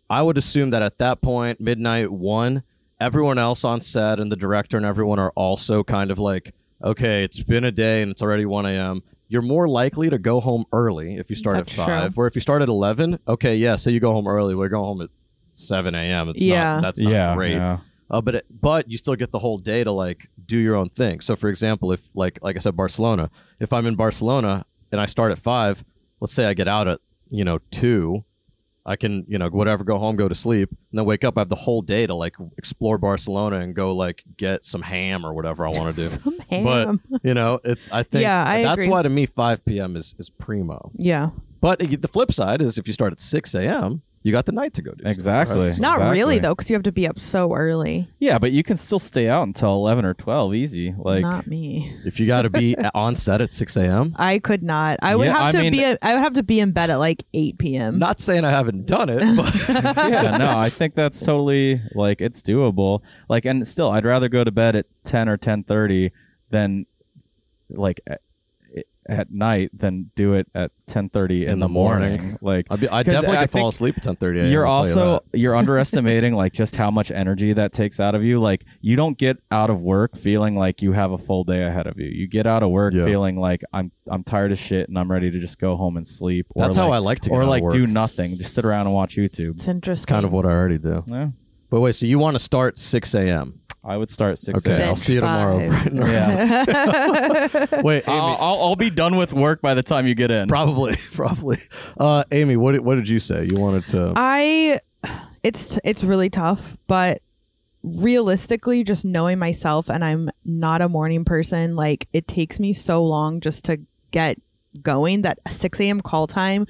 Speaker 3: I would assume that at that point, midnight one, everyone else on set and the director and everyone are also kind of like, okay, it's been a day and it's already 1 a.m. You're more likely to go home early if you start
Speaker 2: That's
Speaker 3: at
Speaker 2: true.
Speaker 3: 5. Or if you start at 11, okay, yeah, so you go home early. We're going home at 7 a.m. It's
Speaker 2: Yeah.
Speaker 3: not, that's not
Speaker 4: yeah,
Speaker 3: great
Speaker 4: yeah.
Speaker 3: uh, but it, but you still get the whole day to like do your own thing. So for example, if like like I said, Barcelona, if I'm in Barcelona and I start at five, let's say I get out at you know two, I can you know whatever go home, go to sleep, and then wake up. I have the whole day to like explore Barcelona and go like get some ham or whatever I want to do.
Speaker 2: Some
Speaker 3: But
Speaker 2: ham.
Speaker 3: you know, it's I think
Speaker 2: Yeah, I
Speaker 3: that's
Speaker 2: agree.
Speaker 3: why to me five p.m. is is primo.
Speaker 2: yeah.
Speaker 3: But the flip side is if you start at six a.m., you got the night to go do stuff,
Speaker 4: Exactly.
Speaker 3: right?
Speaker 2: Not really,
Speaker 4: Exactly.
Speaker 2: though, because you have to be up so early.
Speaker 4: Yeah, but you can still stay out until eleven or twelve, easy. Like
Speaker 2: not me.
Speaker 3: If you got to be on set at six a.m.
Speaker 2: I could not. I would
Speaker 4: Yeah,
Speaker 2: have
Speaker 4: I
Speaker 2: to
Speaker 4: mean-
Speaker 2: be. At, I would have to be in bed at like eight p.m.
Speaker 3: Not saying I haven't done it, but
Speaker 4: yeah, no, I think that's totally like it's doable. Like, and still, I'd rather go to bed at ten or ten thirty than like at, at night than do it at ten thirty in,
Speaker 3: In
Speaker 4: the
Speaker 3: the
Speaker 4: morning.
Speaker 3: morning.
Speaker 4: Like,
Speaker 3: I'd be, I
Speaker 4: 'Cause
Speaker 3: definitely
Speaker 4: I
Speaker 3: could fall
Speaker 4: think
Speaker 3: asleep at ten thirty.
Speaker 4: you're also you're underestimating like just how much energy that takes out of you. Like, you don't get out of work feeling like you have a full day ahead of you. You get out of work
Speaker 3: Yeah.
Speaker 4: feeling like I'm I'm tired of shit and I'm ready to just go home and sleep. Or
Speaker 3: That's
Speaker 4: like,
Speaker 3: how I like to get
Speaker 4: or
Speaker 3: out of
Speaker 4: like
Speaker 3: work.
Speaker 4: do nothing, just sit around and watch YouTube.
Speaker 2: it's interesting.
Speaker 3: kind of what I already do.
Speaker 4: Yeah.
Speaker 3: But wait, so you want to start six a.m.
Speaker 4: I would start at six.
Speaker 3: Okay,
Speaker 4: a.m.
Speaker 3: I'll
Speaker 2: Bench
Speaker 3: see you tomorrow.
Speaker 2: five.
Speaker 3: Brian.
Speaker 4: Yeah.
Speaker 3: wait, Amy,
Speaker 4: I'll, I'll, I'll be done with work by the time you get in.
Speaker 3: probably, probably. Uh, Amy, what did, what did you say? You wanted to?
Speaker 2: I. It's it's really tough, but realistically, just knowing myself, and I'm not a morning person. Like it takes me so long just to get going that a 6 a.m. call time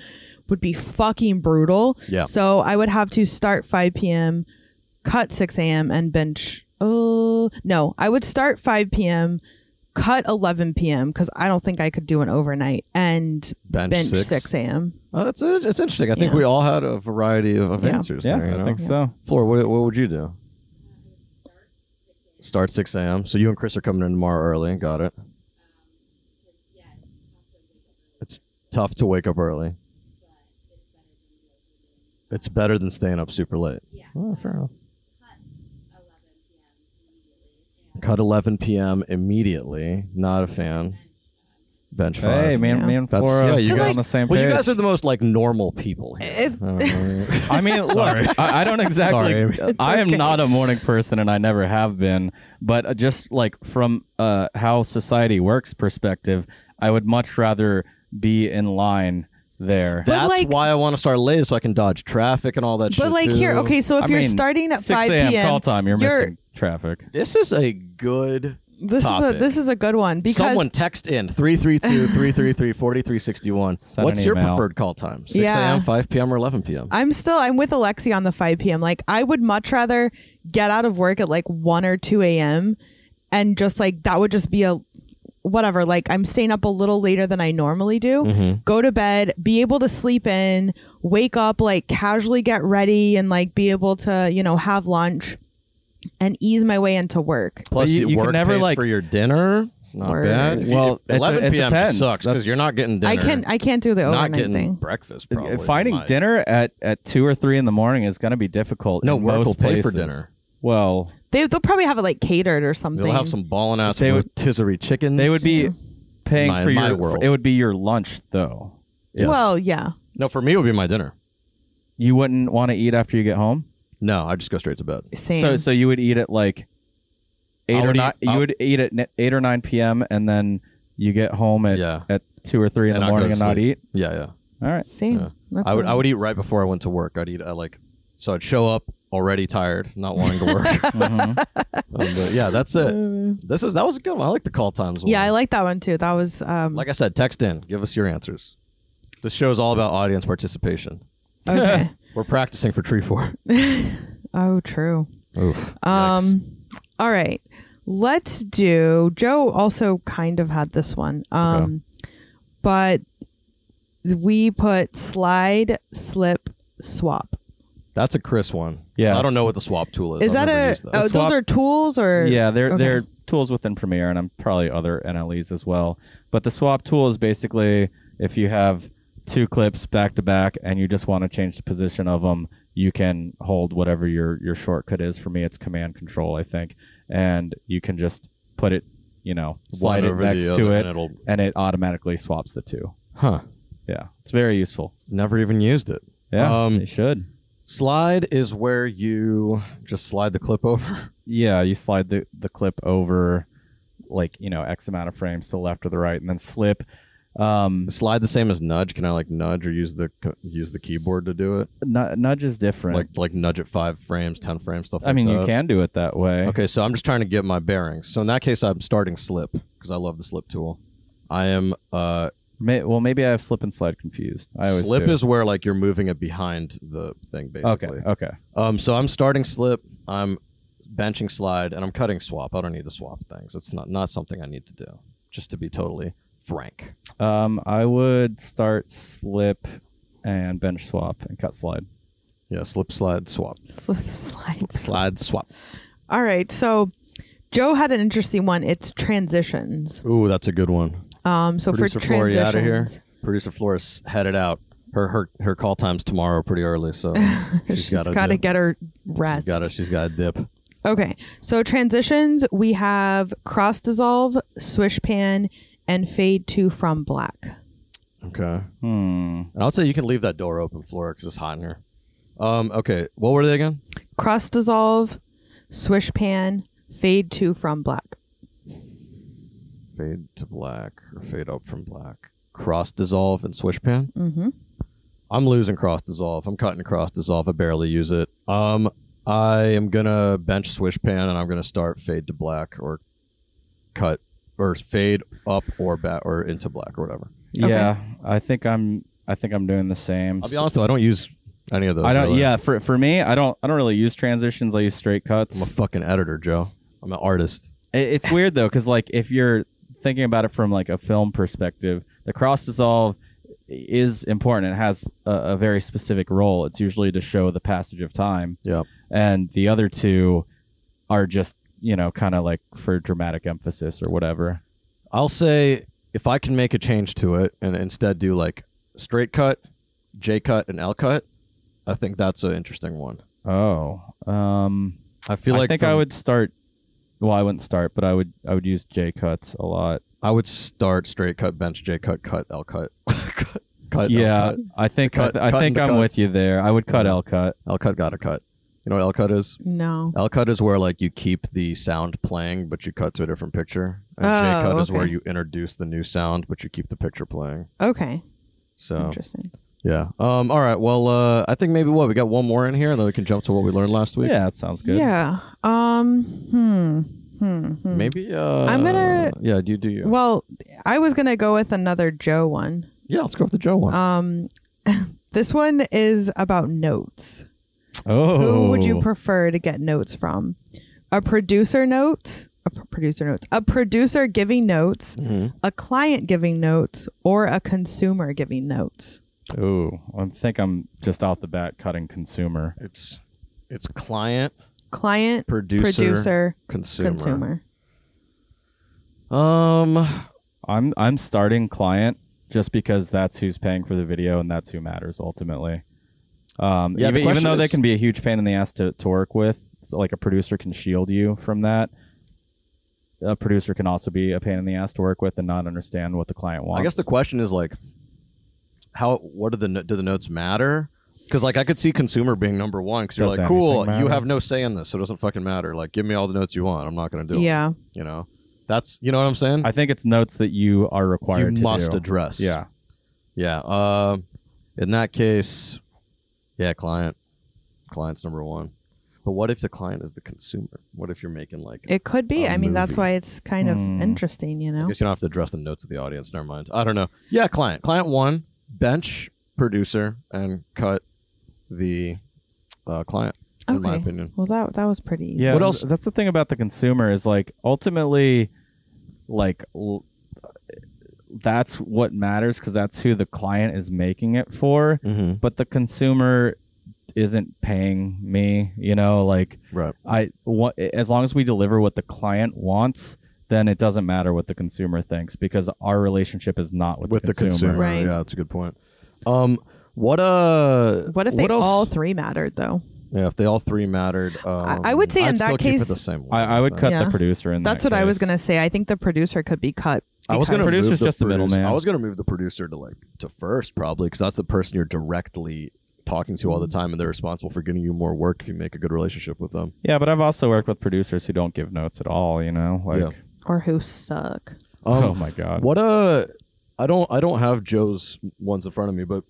Speaker 2: would be fucking brutal.
Speaker 3: Yeah.
Speaker 2: So I would have to start 5 p.m., cut 6 a.m., and bench uh, no, I would start 5 p.m., cut 11 p.m. because I don't think I could do an overnight and
Speaker 3: Bench
Speaker 2: bench,
Speaker 3: six.
Speaker 2: 6, a.m.
Speaker 3: Oh, that's it. It's interesting. I think
Speaker 2: Yeah.
Speaker 3: we all had a variety of, of
Speaker 2: Yeah.
Speaker 3: answers.
Speaker 4: Yeah,
Speaker 3: there, you
Speaker 4: I
Speaker 3: know?
Speaker 4: think so.
Speaker 3: Floor, what, what would you do? Start 6 a.m. So you and Chris are coming in tomorrow early. Got it. It's tough to wake up early. It's better than staying up super late. Yeah. fair enough. Cut 11 p.m. immediately. Not a fan. Bench five.
Speaker 4: Hey, man,
Speaker 2: Yeah.
Speaker 4: me and
Speaker 3: That's-
Speaker 4: Flora,
Speaker 3: yeah, you
Speaker 4: we're
Speaker 3: guys-
Speaker 4: on the same page.
Speaker 3: Well, you guys are the most like normal people. Here.
Speaker 2: If-
Speaker 3: I don't know.
Speaker 4: I mean, look, I, I don't exactly.
Speaker 3: Sorry, Amy.
Speaker 4: I am not a morning person, and I never have been. But uh, just like from uh, how society works perspective, I would much rather be in line there.
Speaker 2: But,
Speaker 3: That's
Speaker 2: like-
Speaker 3: why I want to start late so I can dodge traffic and all that shit.
Speaker 2: But like here,
Speaker 3: too.
Speaker 2: okay, so if
Speaker 4: I
Speaker 2: you're
Speaker 4: mean,
Speaker 2: starting at
Speaker 4: 6
Speaker 2: 5
Speaker 4: a.m.
Speaker 2: p.m.,
Speaker 4: call time, you're,
Speaker 2: you're-
Speaker 4: missing traffic.
Speaker 3: This is a good
Speaker 2: this is a
Speaker 3: topic.
Speaker 2: this is a good one because
Speaker 3: Someone text in 332-333-4361.
Speaker 4: Send
Speaker 3: What's
Speaker 4: an
Speaker 3: your
Speaker 4: email.
Speaker 3: preferred call time? 6
Speaker 2: Yeah.
Speaker 3: a.m., 5 p.m., or 11 p.m.?
Speaker 2: I'm still I'm with Alexi on the 5 p.m. Like I would much rather get out of work at like 1 or 2 a.m. and just like that would just be a whatever like I'm staying up a little later than I normally do go to bed be able to sleep in wake up like casually get ready and like be able to you know have lunch and ease my way into work
Speaker 3: Plus,
Speaker 4: you-
Speaker 3: you,
Speaker 4: you can
Speaker 3: work
Speaker 4: never,
Speaker 3: pays
Speaker 4: like-
Speaker 3: for your dinner. Not
Speaker 2: Word.
Speaker 3: bad. If you-
Speaker 4: Well,
Speaker 3: if
Speaker 4: it-
Speaker 3: 11
Speaker 4: it
Speaker 3: p.m.
Speaker 4: depends.
Speaker 3: sucks because
Speaker 4: That's-
Speaker 3: you're not getting dinner.
Speaker 2: I can I can't do the
Speaker 3: not
Speaker 2: overnight
Speaker 3: getting
Speaker 2: thing
Speaker 3: breakfast. Probably,
Speaker 4: Finding
Speaker 3: might.
Speaker 4: dinner at, at two or three in the morning is going to be difficult.
Speaker 3: No,
Speaker 4: in
Speaker 3: work
Speaker 4: most
Speaker 3: will pay for
Speaker 4: places.
Speaker 3: dinner.
Speaker 4: Well,
Speaker 2: they they'll probably have it like catered or something
Speaker 3: They'll have some balling ass
Speaker 4: They would-
Speaker 3: rotisserie chickens.
Speaker 4: they would be paying
Speaker 3: Mm-hmm. My-
Speaker 4: for
Speaker 3: my
Speaker 4: your.
Speaker 3: world.
Speaker 4: It would be your lunch though.
Speaker 3: Yes.
Speaker 2: well yeah
Speaker 3: no, for me, it would be my dinner.
Speaker 4: You wouldn't want to eat after you get home.
Speaker 3: No, I just go straight to bed.
Speaker 2: same
Speaker 4: So so you would eat at like
Speaker 3: I
Speaker 4: eight or
Speaker 3: would
Speaker 4: nine.
Speaker 3: eat- I-
Speaker 4: you would eat at ni- eight or nine p.m. and then you get home at
Speaker 3: Yeah.
Speaker 4: at two or three in
Speaker 3: And
Speaker 4: the
Speaker 3: I'll go
Speaker 4: morning
Speaker 3: to
Speaker 4: and not
Speaker 3: sleep.
Speaker 4: eat.
Speaker 3: Yeah, yeah.
Speaker 4: All right.
Speaker 2: same
Speaker 3: Yeah.
Speaker 2: That's
Speaker 3: I would
Speaker 2: what-
Speaker 3: I would eat right before I went to work. I'd eat at like so I'd show up already tired, not wanting to work. Um, but yeah, that's it. This is that was a good one. I like the call times. One.
Speaker 2: Yeah, I like that one too. That was um
Speaker 3: Like I said, text in. Give us your answers. This show is all about audience participation.
Speaker 2: okay.
Speaker 3: We're practicing for Tree Four.
Speaker 2: oh, true.
Speaker 3: Oof.
Speaker 2: Um all right. Let's do Joe also kind of had this one. Um but we put slide, slip, swap.
Speaker 3: that's a Chris one.
Speaker 4: Yes.
Speaker 3: So I don't know what the swap tool is.
Speaker 2: Is
Speaker 3: I've
Speaker 2: that
Speaker 3: never
Speaker 2: a
Speaker 3: used
Speaker 2: oh,
Speaker 3: that.
Speaker 4: Swap-
Speaker 2: those are tools or
Speaker 4: Yeah, they're
Speaker 2: okay.
Speaker 4: they're tools within Premiere, and I'm probably other NLEs as well. But the swap tool is basically if you have two clips back to back, and you just want to change the position of them, you can hold whatever your your shortcut is. For me, it's Command Control, I think, and you can just put it, you know, slide
Speaker 3: One
Speaker 4: it
Speaker 3: over
Speaker 4: next
Speaker 3: the
Speaker 4: to
Speaker 3: other,
Speaker 4: it,
Speaker 3: and it'll-
Speaker 4: and it automatically swaps the two.
Speaker 3: huh?
Speaker 4: Yeah, it's very useful.
Speaker 3: Never even used it.
Speaker 4: Yeah,
Speaker 3: Um,
Speaker 4: it should.
Speaker 3: Slide is where you just slide the clip over.
Speaker 4: Yeah, you slide the, the clip over like, you know, X amount of frames to the left or the right and then slip. Um,
Speaker 3: slide the same as nudge. Can I like nudge or use the use the keyboard to do it?
Speaker 4: nu- nudge is different.
Speaker 3: like like nudge at five frames, ten frames, stuff.
Speaker 4: I mean,
Speaker 3: like
Speaker 4: you
Speaker 3: that.
Speaker 4: can do it that way.
Speaker 3: Okay, so I'm just trying to get my bearings. So in that case, I'm starting slip because I love the slip tool. I am. Uh,
Speaker 4: May- well, maybe I have slip and slide confused. I always
Speaker 3: slip
Speaker 4: do.
Speaker 3: is where like you're moving it behind the thing,
Speaker 4: okay.
Speaker 3: basically.
Speaker 4: Okay.
Speaker 3: Um, so I'm starting slip. I'm benching slide, and I'm cutting swap. I don't need to swap things. It's not not something I need to do. Just to be totally frank.
Speaker 4: Um, I would start slip and bench swap and cut slide.
Speaker 3: Yeah, slip, slide, swap,
Speaker 2: slip slides.
Speaker 3: slide, swap.
Speaker 2: All right. So Joe had an interesting one. It's transitions.
Speaker 3: Ooh, that's a good one.
Speaker 2: Um so
Speaker 3: Producer
Speaker 2: for
Speaker 3: Flora,
Speaker 2: transitions.
Speaker 3: you out of here. Producer Flores headed out. Her her her call time's tomorrow, pretty early. So
Speaker 2: She's got to
Speaker 3: dip.
Speaker 2: get her rest.
Speaker 3: She's got to she's got to dip.
Speaker 2: Okay. So transitions, we have cross dissolve, swish pan, and fade to from black.
Speaker 3: Okay,
Speaker 4: Hmm.
Speaker 3: and I'll say you can leave that door open, Flora, because it's hot in here. Um, okay, what were they again?
Speaker 2: Cross dissolve, swish pan, fade to from black.
Speaker 3: Fade to black or fade up from black. Cross dissolve and swish pan.
Speaker 2: Mm-hmm.
Speaker 3: I'm losing cross dissolve. I'm cutting cross dissolve. I barely use it. Um, I am gonna bench swish pan and I'm gonna start fade to black or cut or fade up or back or into black or whatever.
Speaker 4: Yeah, I think I'm. I think I'm doing the same.
Speaker 3: I'll be honest though, I don't use Any of those?
Speaker 4: I don't.
Speaker 3: really.
Speaker 4: Yeah, for for me, I don't. I don't really use transitions. I use straight
Speaker 3: I'm a
Speaker 4: cuts.
Speaker 3: fucking editor, Joe. I'm an artist.
Speaker 4: It- it's weird though, because like if you're thinking about it from like a film perspective, the cross dissolve is important. It has a, a very specific role. It's usually to show the passage of time,
Speaker 3: Yeah.
Speaker 4: and the other two are just you know kind of like for dramatic emphasis or whatever.
Speaker 3: I'll say if I can make a change to it and instead do like straight cut, J cut, and L cut, I think that's an interesting one.
Speaker 4: Oh, um,
Speaker 3: I feel like
Speaker 4: I think
Speaker 3: from-
Speaker 4: I would start. Well, I wouldn't start, but I would I would use J cuts a lot.
Speaker 3: I would start straight cut, bench, J cut, cut, L cut, cut, cut,
Speaker 4: yeah,
Speaker 3: L cut.
Speaker 4: I think
Speaker 3: Cut-
Speaker 4: I, th- I
Speaker 3: cut
Speaker 4: think
Speaker 3: into
Speaker 4: I'm
Speaker 3: cuts.
Speaker 4: with you there. I would cut
Speaker 3: Yeah.
Speaker 4: L cut.
Speaker 3: L cut got a cut. You know what L cut is?
Speaker 2: No.
Speaker 3: L cut is where like you keep the sound playing, but you cut to a different picture. And J
Speaker 2: Oh,
Speaker 3: cut is where
Speaker 2: okay.
Speaker 3: you introduce the new sound, but you keep the picture playing.
Speaker 2: Okay.
Speaker 3: So
Speaker 2: Interesting.
Speaker 3: yeah. Um. All right. Well, uh, I think maybe what we got one more in here, and then we can jump to what we learned last week.
Speaker 4: Yeah, that sounds good.
Speaker 2: Yeah. Um. Hmm. Hmm. hmm.
Speaker 3: Maybe. Uh,
Speaker 2: I'm gonna-
Speaker 3: Yeah. You do. You.
Speaker 2: Well, I was gonna go with another Joe one.
Speaker 3: yeah. Let's go with the Joe one.
Speaker 2: Um, this one is about notes.
Speaker 4: Oh,
Speaker 2: Who would you prefer to get notes from? A producer notes, a pr- producer notes, a producer giving notes,
Speaker 3: Mm-hmm.
Speaker 2: a client giving notes, or a consumer giving notes.
Speaker 4: Ooh, I think I'm just off the bat cutting consumer.
Speaker 3: it's it's client
Speaker 2: Client,
Speaker 3: Producer,
Speaker 2: producer,
Speaker 3: consumer.
Speaker 2: consumer.
Speaker 3: Um.
Speaker 4: I'm I'm starting client just because that's who's paying for the video and that's who matters ultimately. Um,
Speaker 3: Yeah, the
Speaker 4: even, even
Speaker 3: question
Speaker 4: though they
Speaker 3: is-
Speaker 4: can be a huge pain in the ass to, to work with, so like a producer can shield you from that. A producer can also be a pain in the ass to work with and not understand what the client wants.
Speaker 3: I guess the question is like, how? What do the no- do the notes matter? Because like I could see consumer being number one because you're
Speaker 4: Does
Speaker 3: like, cool,
Speaker 4: anything
Speaker 3: you
Speaker 4: matter?
Speaker 3: have no say in this, so it doesn't fucking matter. Like, give me all the notes you want. I'm not gonna do it.
Speaker 2: Yeah.
Speaker 3: You know, that's you know what I'm saying.
Speaker 4: I think it's notes that you are required
Speaker 3: you
Speaker 4: to
Speaker 3: must
Speaker 4: do.
Speaker 3: address.
Speaker 4: Yeah.
Speaker 3: Yeah. Um, in that case, yeah, client, client's number one. But what if the client is the consumer? What if you're making like?
Speaker 2: It could be.
Speaker 3: A
Speaker 2: I mean, that's
Speaker 3: movie.
Speaker 2: why it's kind
Speaker 4: Hmm.
Speaker 2: of interesting, you
Speaker 3: I
Speaker 2: know?
Speaker 3: guess you don't have to address the notes of the audience. Never mind. I don't know. Yeah, client, client one, bench producer, and cut the uh, client. In my
Speaker 2: Okay.
Speaker 3: opinion,
Speaker 2: Well, that that was pretty easy.
Speaker 4: Yeah.
Speaker 3: What
Speaker 4: th-
Speaker 3: else-
Speaker 4: That's the thing about the consumer is like ultimately, like l- that's what matters because that's who the client is making it for.
Speaker 3: mm-hmm.
Speaker 4: But the consumer isn't paying me. You know, like
Speaker 3: right?
Speaker 4: I what as long as we deliver what the client wants. Then it doesn't matter what the consumer thinks because our relationship is not with,
Speaker 3: With the consumer,
Speaker 2: Right.
Speaker 3: yeah, that's a good point. Um, what uh,
Speaker 2: What if they
Speaker 3: else?
Speaker 2: all three mattered, though?
Speaker 3: Yeah, if they all three mattered, um,
Speaker 2: I would say
Speaker 3: I'd
Speaker 2: in that
Speaker 3: still keep it
Speaker 2: case-
Speaker 3: the same way,
Speaker 4: I, I would
Speaker 3: think.
Speaker 4: cut the
Speaker 2: Yeah.
Speaker 4: producer in
Speaker 2: That's
Speaker 4: that
Speaker 2: what I was
Speaker 4: case.
Speaker 2: going to say. I think the producer could be cut.
Speaker 3: I was gonna
Speaker 2: because-
Speaker 4: Producer's
Speaker 3: move the
Speaker 4: just the
Speaker 3: producer-
Speaker 4: middleman.
Speaker 3: I was gonna move the producer to like to first probably because that's the person you're directly talking to
Speaker 2: Mm.
Speaker 3: all the time, and they're responsible for getting you more work if you make a good relationship with them.
Speaker 4: Yeah, but I've also worked with producers who don't give notes at all. You know, like
Speaker 3: Yeah.
Speaker 2: or who suck.
Speaker 4: oh my god,
Speaker 3: Um, What uh, I don't I don't have Joe's ones in front of me, but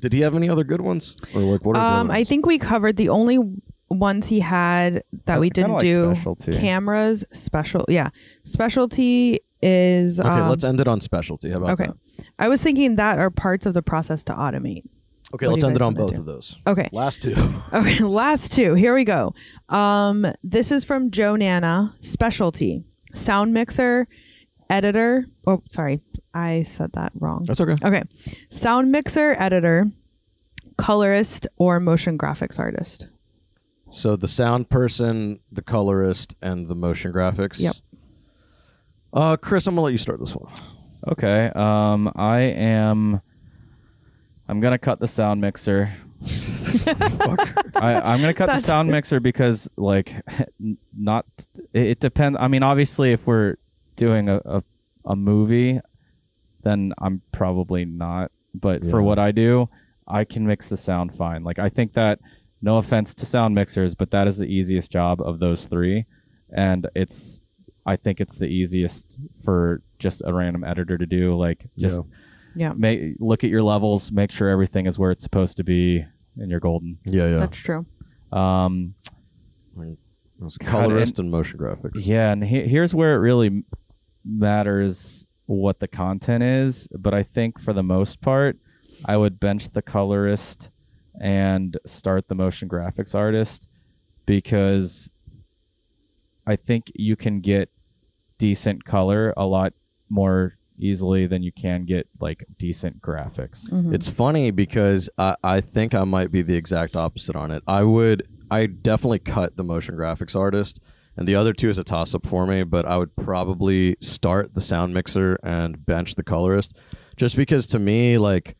Speaker 3: did he have any other good ones or like what? Are
Speaker 2: Um, I think we covered the only ones he had that we
Speaker 4: Kinda
Speaker 2: didn't
Speaker 4: like
Speaker 2: do.
Speaker 4: specialty.
Speaker 2: Cameras special, yeah. Specialty is
Speaker 3: Okay,
Speaker 2: um,
Speaker 3: let's end it on specialty. How about
Speaker 2: okay.
Speaker 3: that?
Speaker 2: I was thinking that are parts of the process to automate.
Speaker 3: Okay,
Speaker 2: What do
Speaker 3: let's
Speaker 2: you
Speaker 3: end it
Speaker 2: guys
Speaker 3: on
Speaker 2: wanna
Speaker 3: both
Speaker 2: do?
Speaker 3: of those.
Speaker 2: Okay,
Speaker 3: Last two.
Speaker 2: okay. Last two. Here we go. Um, this is from Joe Nana. Specialty sound mixer, editor. Oh, sorry, I said that wrong.
Speaker 3: That's okay.
Speaker 2: Okay, sound mixer, editor, colorist, or motion graphics artist.
Speaker 3: So the sound person, the colorist, and the motion graphics.
Speaker 2: Yep.
Speaker 3: Uh, Chris, I'm gonna let you start this one.
Speaker 4: Okay. Um, I am. I'm gonna cut the sound mixer. I, I'm gonna cut the
Speaker 2: That's-
Speaker 4: sound mixer because, like, n- not. It, it depends. I mean, obviously, if we're doing a, a, a movie, then I'm probably not. But for
Speaker 3: Yeah.
Speaker 4: what I do, I can mix the sound fine. Like, I think that. No offense to sound mixers, but that is the easiest job of those three, and it's. I think it's the easiest for just a random editor to do. Like, just
Speaker 2: Yeah,
Speaker 4: make look at your levels, make sure everything is where it's supposed to be, and you're golden.
Speaker 3: Yeah, yeah.
Speaker 2: that's true.
Speaker 4: Um,
Speaker 3: It was
Speaker 4: God,
Speaker 3: colorist and, motion graphics.
Speaker 4: yeah, and he- here's where it really m- matters what the content is. But I think for the most part, I would bench the colorist and start the motion graphics artist because I think you can get decent color a lot more easily than you can get like decent graphics.
Speaker 3: It's funny because I, I think I might be the exact opposite on it. I would I definitely cut the motion graphics artist and the other two is a toss up for me, but I would probably start the sound mixer and bench the colorist just because to me like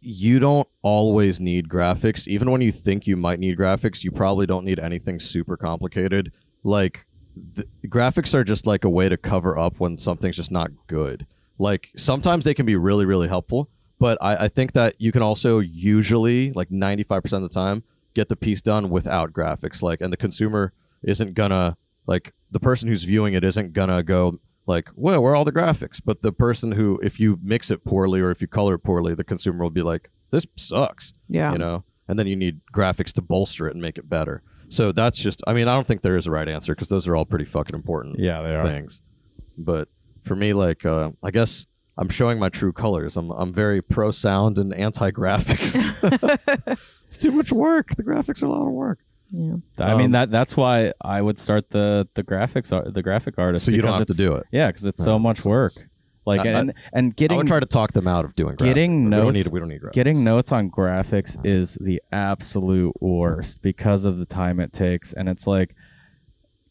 Speaker 3: you don't always need graphics. Even when you think you might need graphics, you probably don't need anything super complicated. Like th- graphics are just like a way to cover up when something's just not good. Like sometimes they can be really, really helpful, but I, I think that you can also usually, like 95% of the time, get the piece done without graphics. Like, and the consumer isn't gonna, like, the person who's viewing it isn't gonna go, like, well, where are all the graphics? But the person who, if you mix it poorly or if you color it poorly, the consumer will be like, this sucks.
Speaker 2: Yeah.
Speaker 3: You know? And then you need graphics to bolster it and make it better. So that's just, I mean, I don't think there is a right answer because those are all pretty fucking important
Speaker 4: Yeah, they are.
Speaker 3: things. But for me, like, uh, I guess I'm showing my true colors. I'm, I'm very pro sound and anti graphics. it's too much work. The graphics are a lot of work.
Speaker 2: Yeah.
Speaker 4: I mean
Speaker 3: Um,
Speaker 4: that that's why I would start the the graphics ar- the graphic artist.
Speaker 3: So you don't
Speaker 4: because
Speaker 3: have to
Speaker 4: it's-
Speaker 3: do it.
Speaker 4: Yeah, because it's so much work. Like
Speaker 3: I- I-
Speaker 4: and and getting
Speaker 3: I would try to talk them out of doing graphics.
Speaker 4: Getting
Speaker 3: we don't
Speaker 4: notes-
Speaker 3: need we don't need graphics.
Speaker 4: Getting notes on graphics is the absolute worst because of the time it takes, and it's like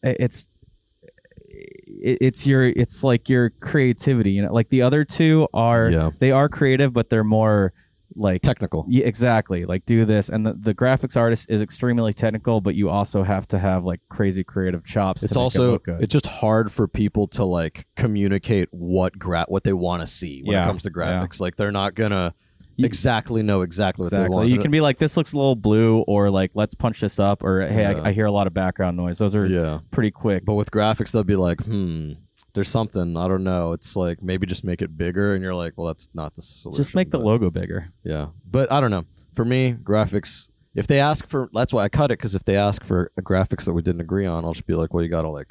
Speaker 4: i- it's i- it's your it's like your creativity. You know, like the other two are
Speaker 3: Yeah.
Speaker 4: they are creative, but they're more like
Speaker 3: technical.
Speaker 4: yeah, exactly. Like do this, and the, the graphics artist is extremely technical, but you also have to have like crazy creative chops.
Speaker 3: It's
Speaker 4: to make it
Speaker 3: also
Speaker 4: look good.
Speaker 3: it's just hard for people to like communicate what gra- what they want to see when it
Speaker 4: Yeah,
Speaker 3: comes to
Speaker 4: yeah.
Speaker 3: graphics. Like they're not gonna
Speaker 4: You-
Speaker 3: exactly know exactly, what they
Speaker 4: Exactly.
Speaker 3: want.
Speaker 4: You can be like, this looks a little blue, or like, let's punch this up, or hey,
Speaker 3: Yeah.
Speaker 4: I, I hear a lot of background noise. Those are
Speaker 3: yeah,
Speaker 4: pretty quick.
Speaker 3: but with graphics they'll be like, hmm, there's something I don't know. It's like maybe just make it bigger, and you're like, well, that's not the solution.
Speaker 4: Just make the
Speaker 3: but-
Speaker 4: logo bigger.
Speaker 3: Yeah, but I don't know. For me, graphics. If they ask for, that's why I cut it because if they ask for graphics that we didn't agree on, I'll just be like, well, you got to like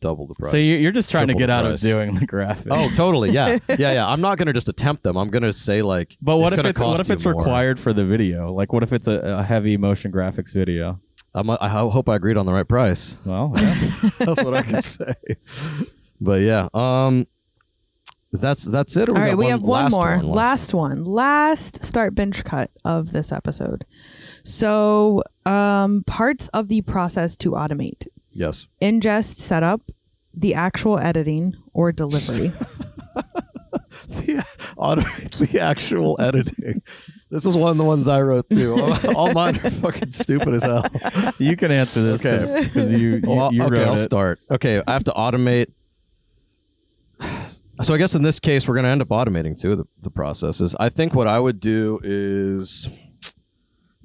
Speaker 3: double the price.
Speaker 4: So you- you're just trying to
Speaker 3: Triple
Speaker 4: get
Speaker 3: the
Speaker 4: out
Speaker 3: price.
Speaker 4: of doing the graphic.
Speaker 3: Oh, totally. Yeah, yeah, yeah. I'm not gonna just attempt them. I'm gonna say like.
Speaker 4: but what if
Speaker 3: gonna
Speaker 4: it's
Speaker 3: cost
Speaker 4: what if
Speaker 3: you
Speaker 4: it's
Speaker 3: more.
Speaker 4: required for the video? Like, what if it's a, a heavy motion graphics video?
Speaker 3: I'm, I ho- hope I agreed on the right price.
Speaker 4: Well, yeah.
Speaker 3: That's what I can say. But yeah, um, that's that's it. Or
Speaker 2: All right,
Speaker 3: got
Speaker 2: we have one
Speaker 3: last
Speaker 2: more.
Speaker 3: one left?
Speaker 2: last one. Last start bench cut of this episode. So, um, parts of the process to automate
Speaker 3: Yes.
Speaker 2: ingest setup, the actual editing or delivery.
Speaker 3: the, automate the actual editing. This is one of the ones I wrote too. All, all mine are fucking stupid as hell.
Speaker 4: you can answer this because
Speaker 3: Okay.
Speaker 4: you you,
Speaker 3: Well,
Speaker 4: you
Speaker 3: okay,
Speaker 4: wrote
Speaker 3: Oh, I'll
Speaker 4: it.
Speaker 3: start. Okay, I have to automate. So I guess in this case, we're going to end up automating too the, the processes. I think what I would do is,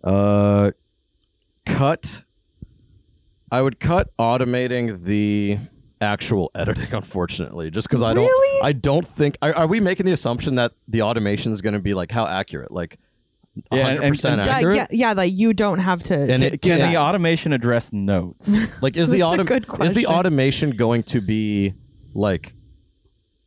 Speaker 3: uh, cut. I would cut automating the actual editing. Unfortunately, just because I don't,
Speaker 2: Really?
Speaker 3: I don't think. Are, are we making the assumption that the automation is going to be like how accurate? Like,
Speaker 4: Yeah, and-
Speaker 3: hundred percent
Speaker 4: and-
Speaker 2: yeah,
Speaker 3: accurate.
Speaker 2: yeah, yeah, like you don't have to.
Speaker 3: And
Speaker 4: Can,
Speaker 3: it-
Speaker 4: can
Speaker 3: yeah.
Speaker 4: the automation address notes?
Speaker 3: Like, is the
Speaker 2: That's a
Speaker 3: autom-
Speaker 2: good
Speaker 3: is the
Speaker 2: question.
Speaker 3: automation going to be like,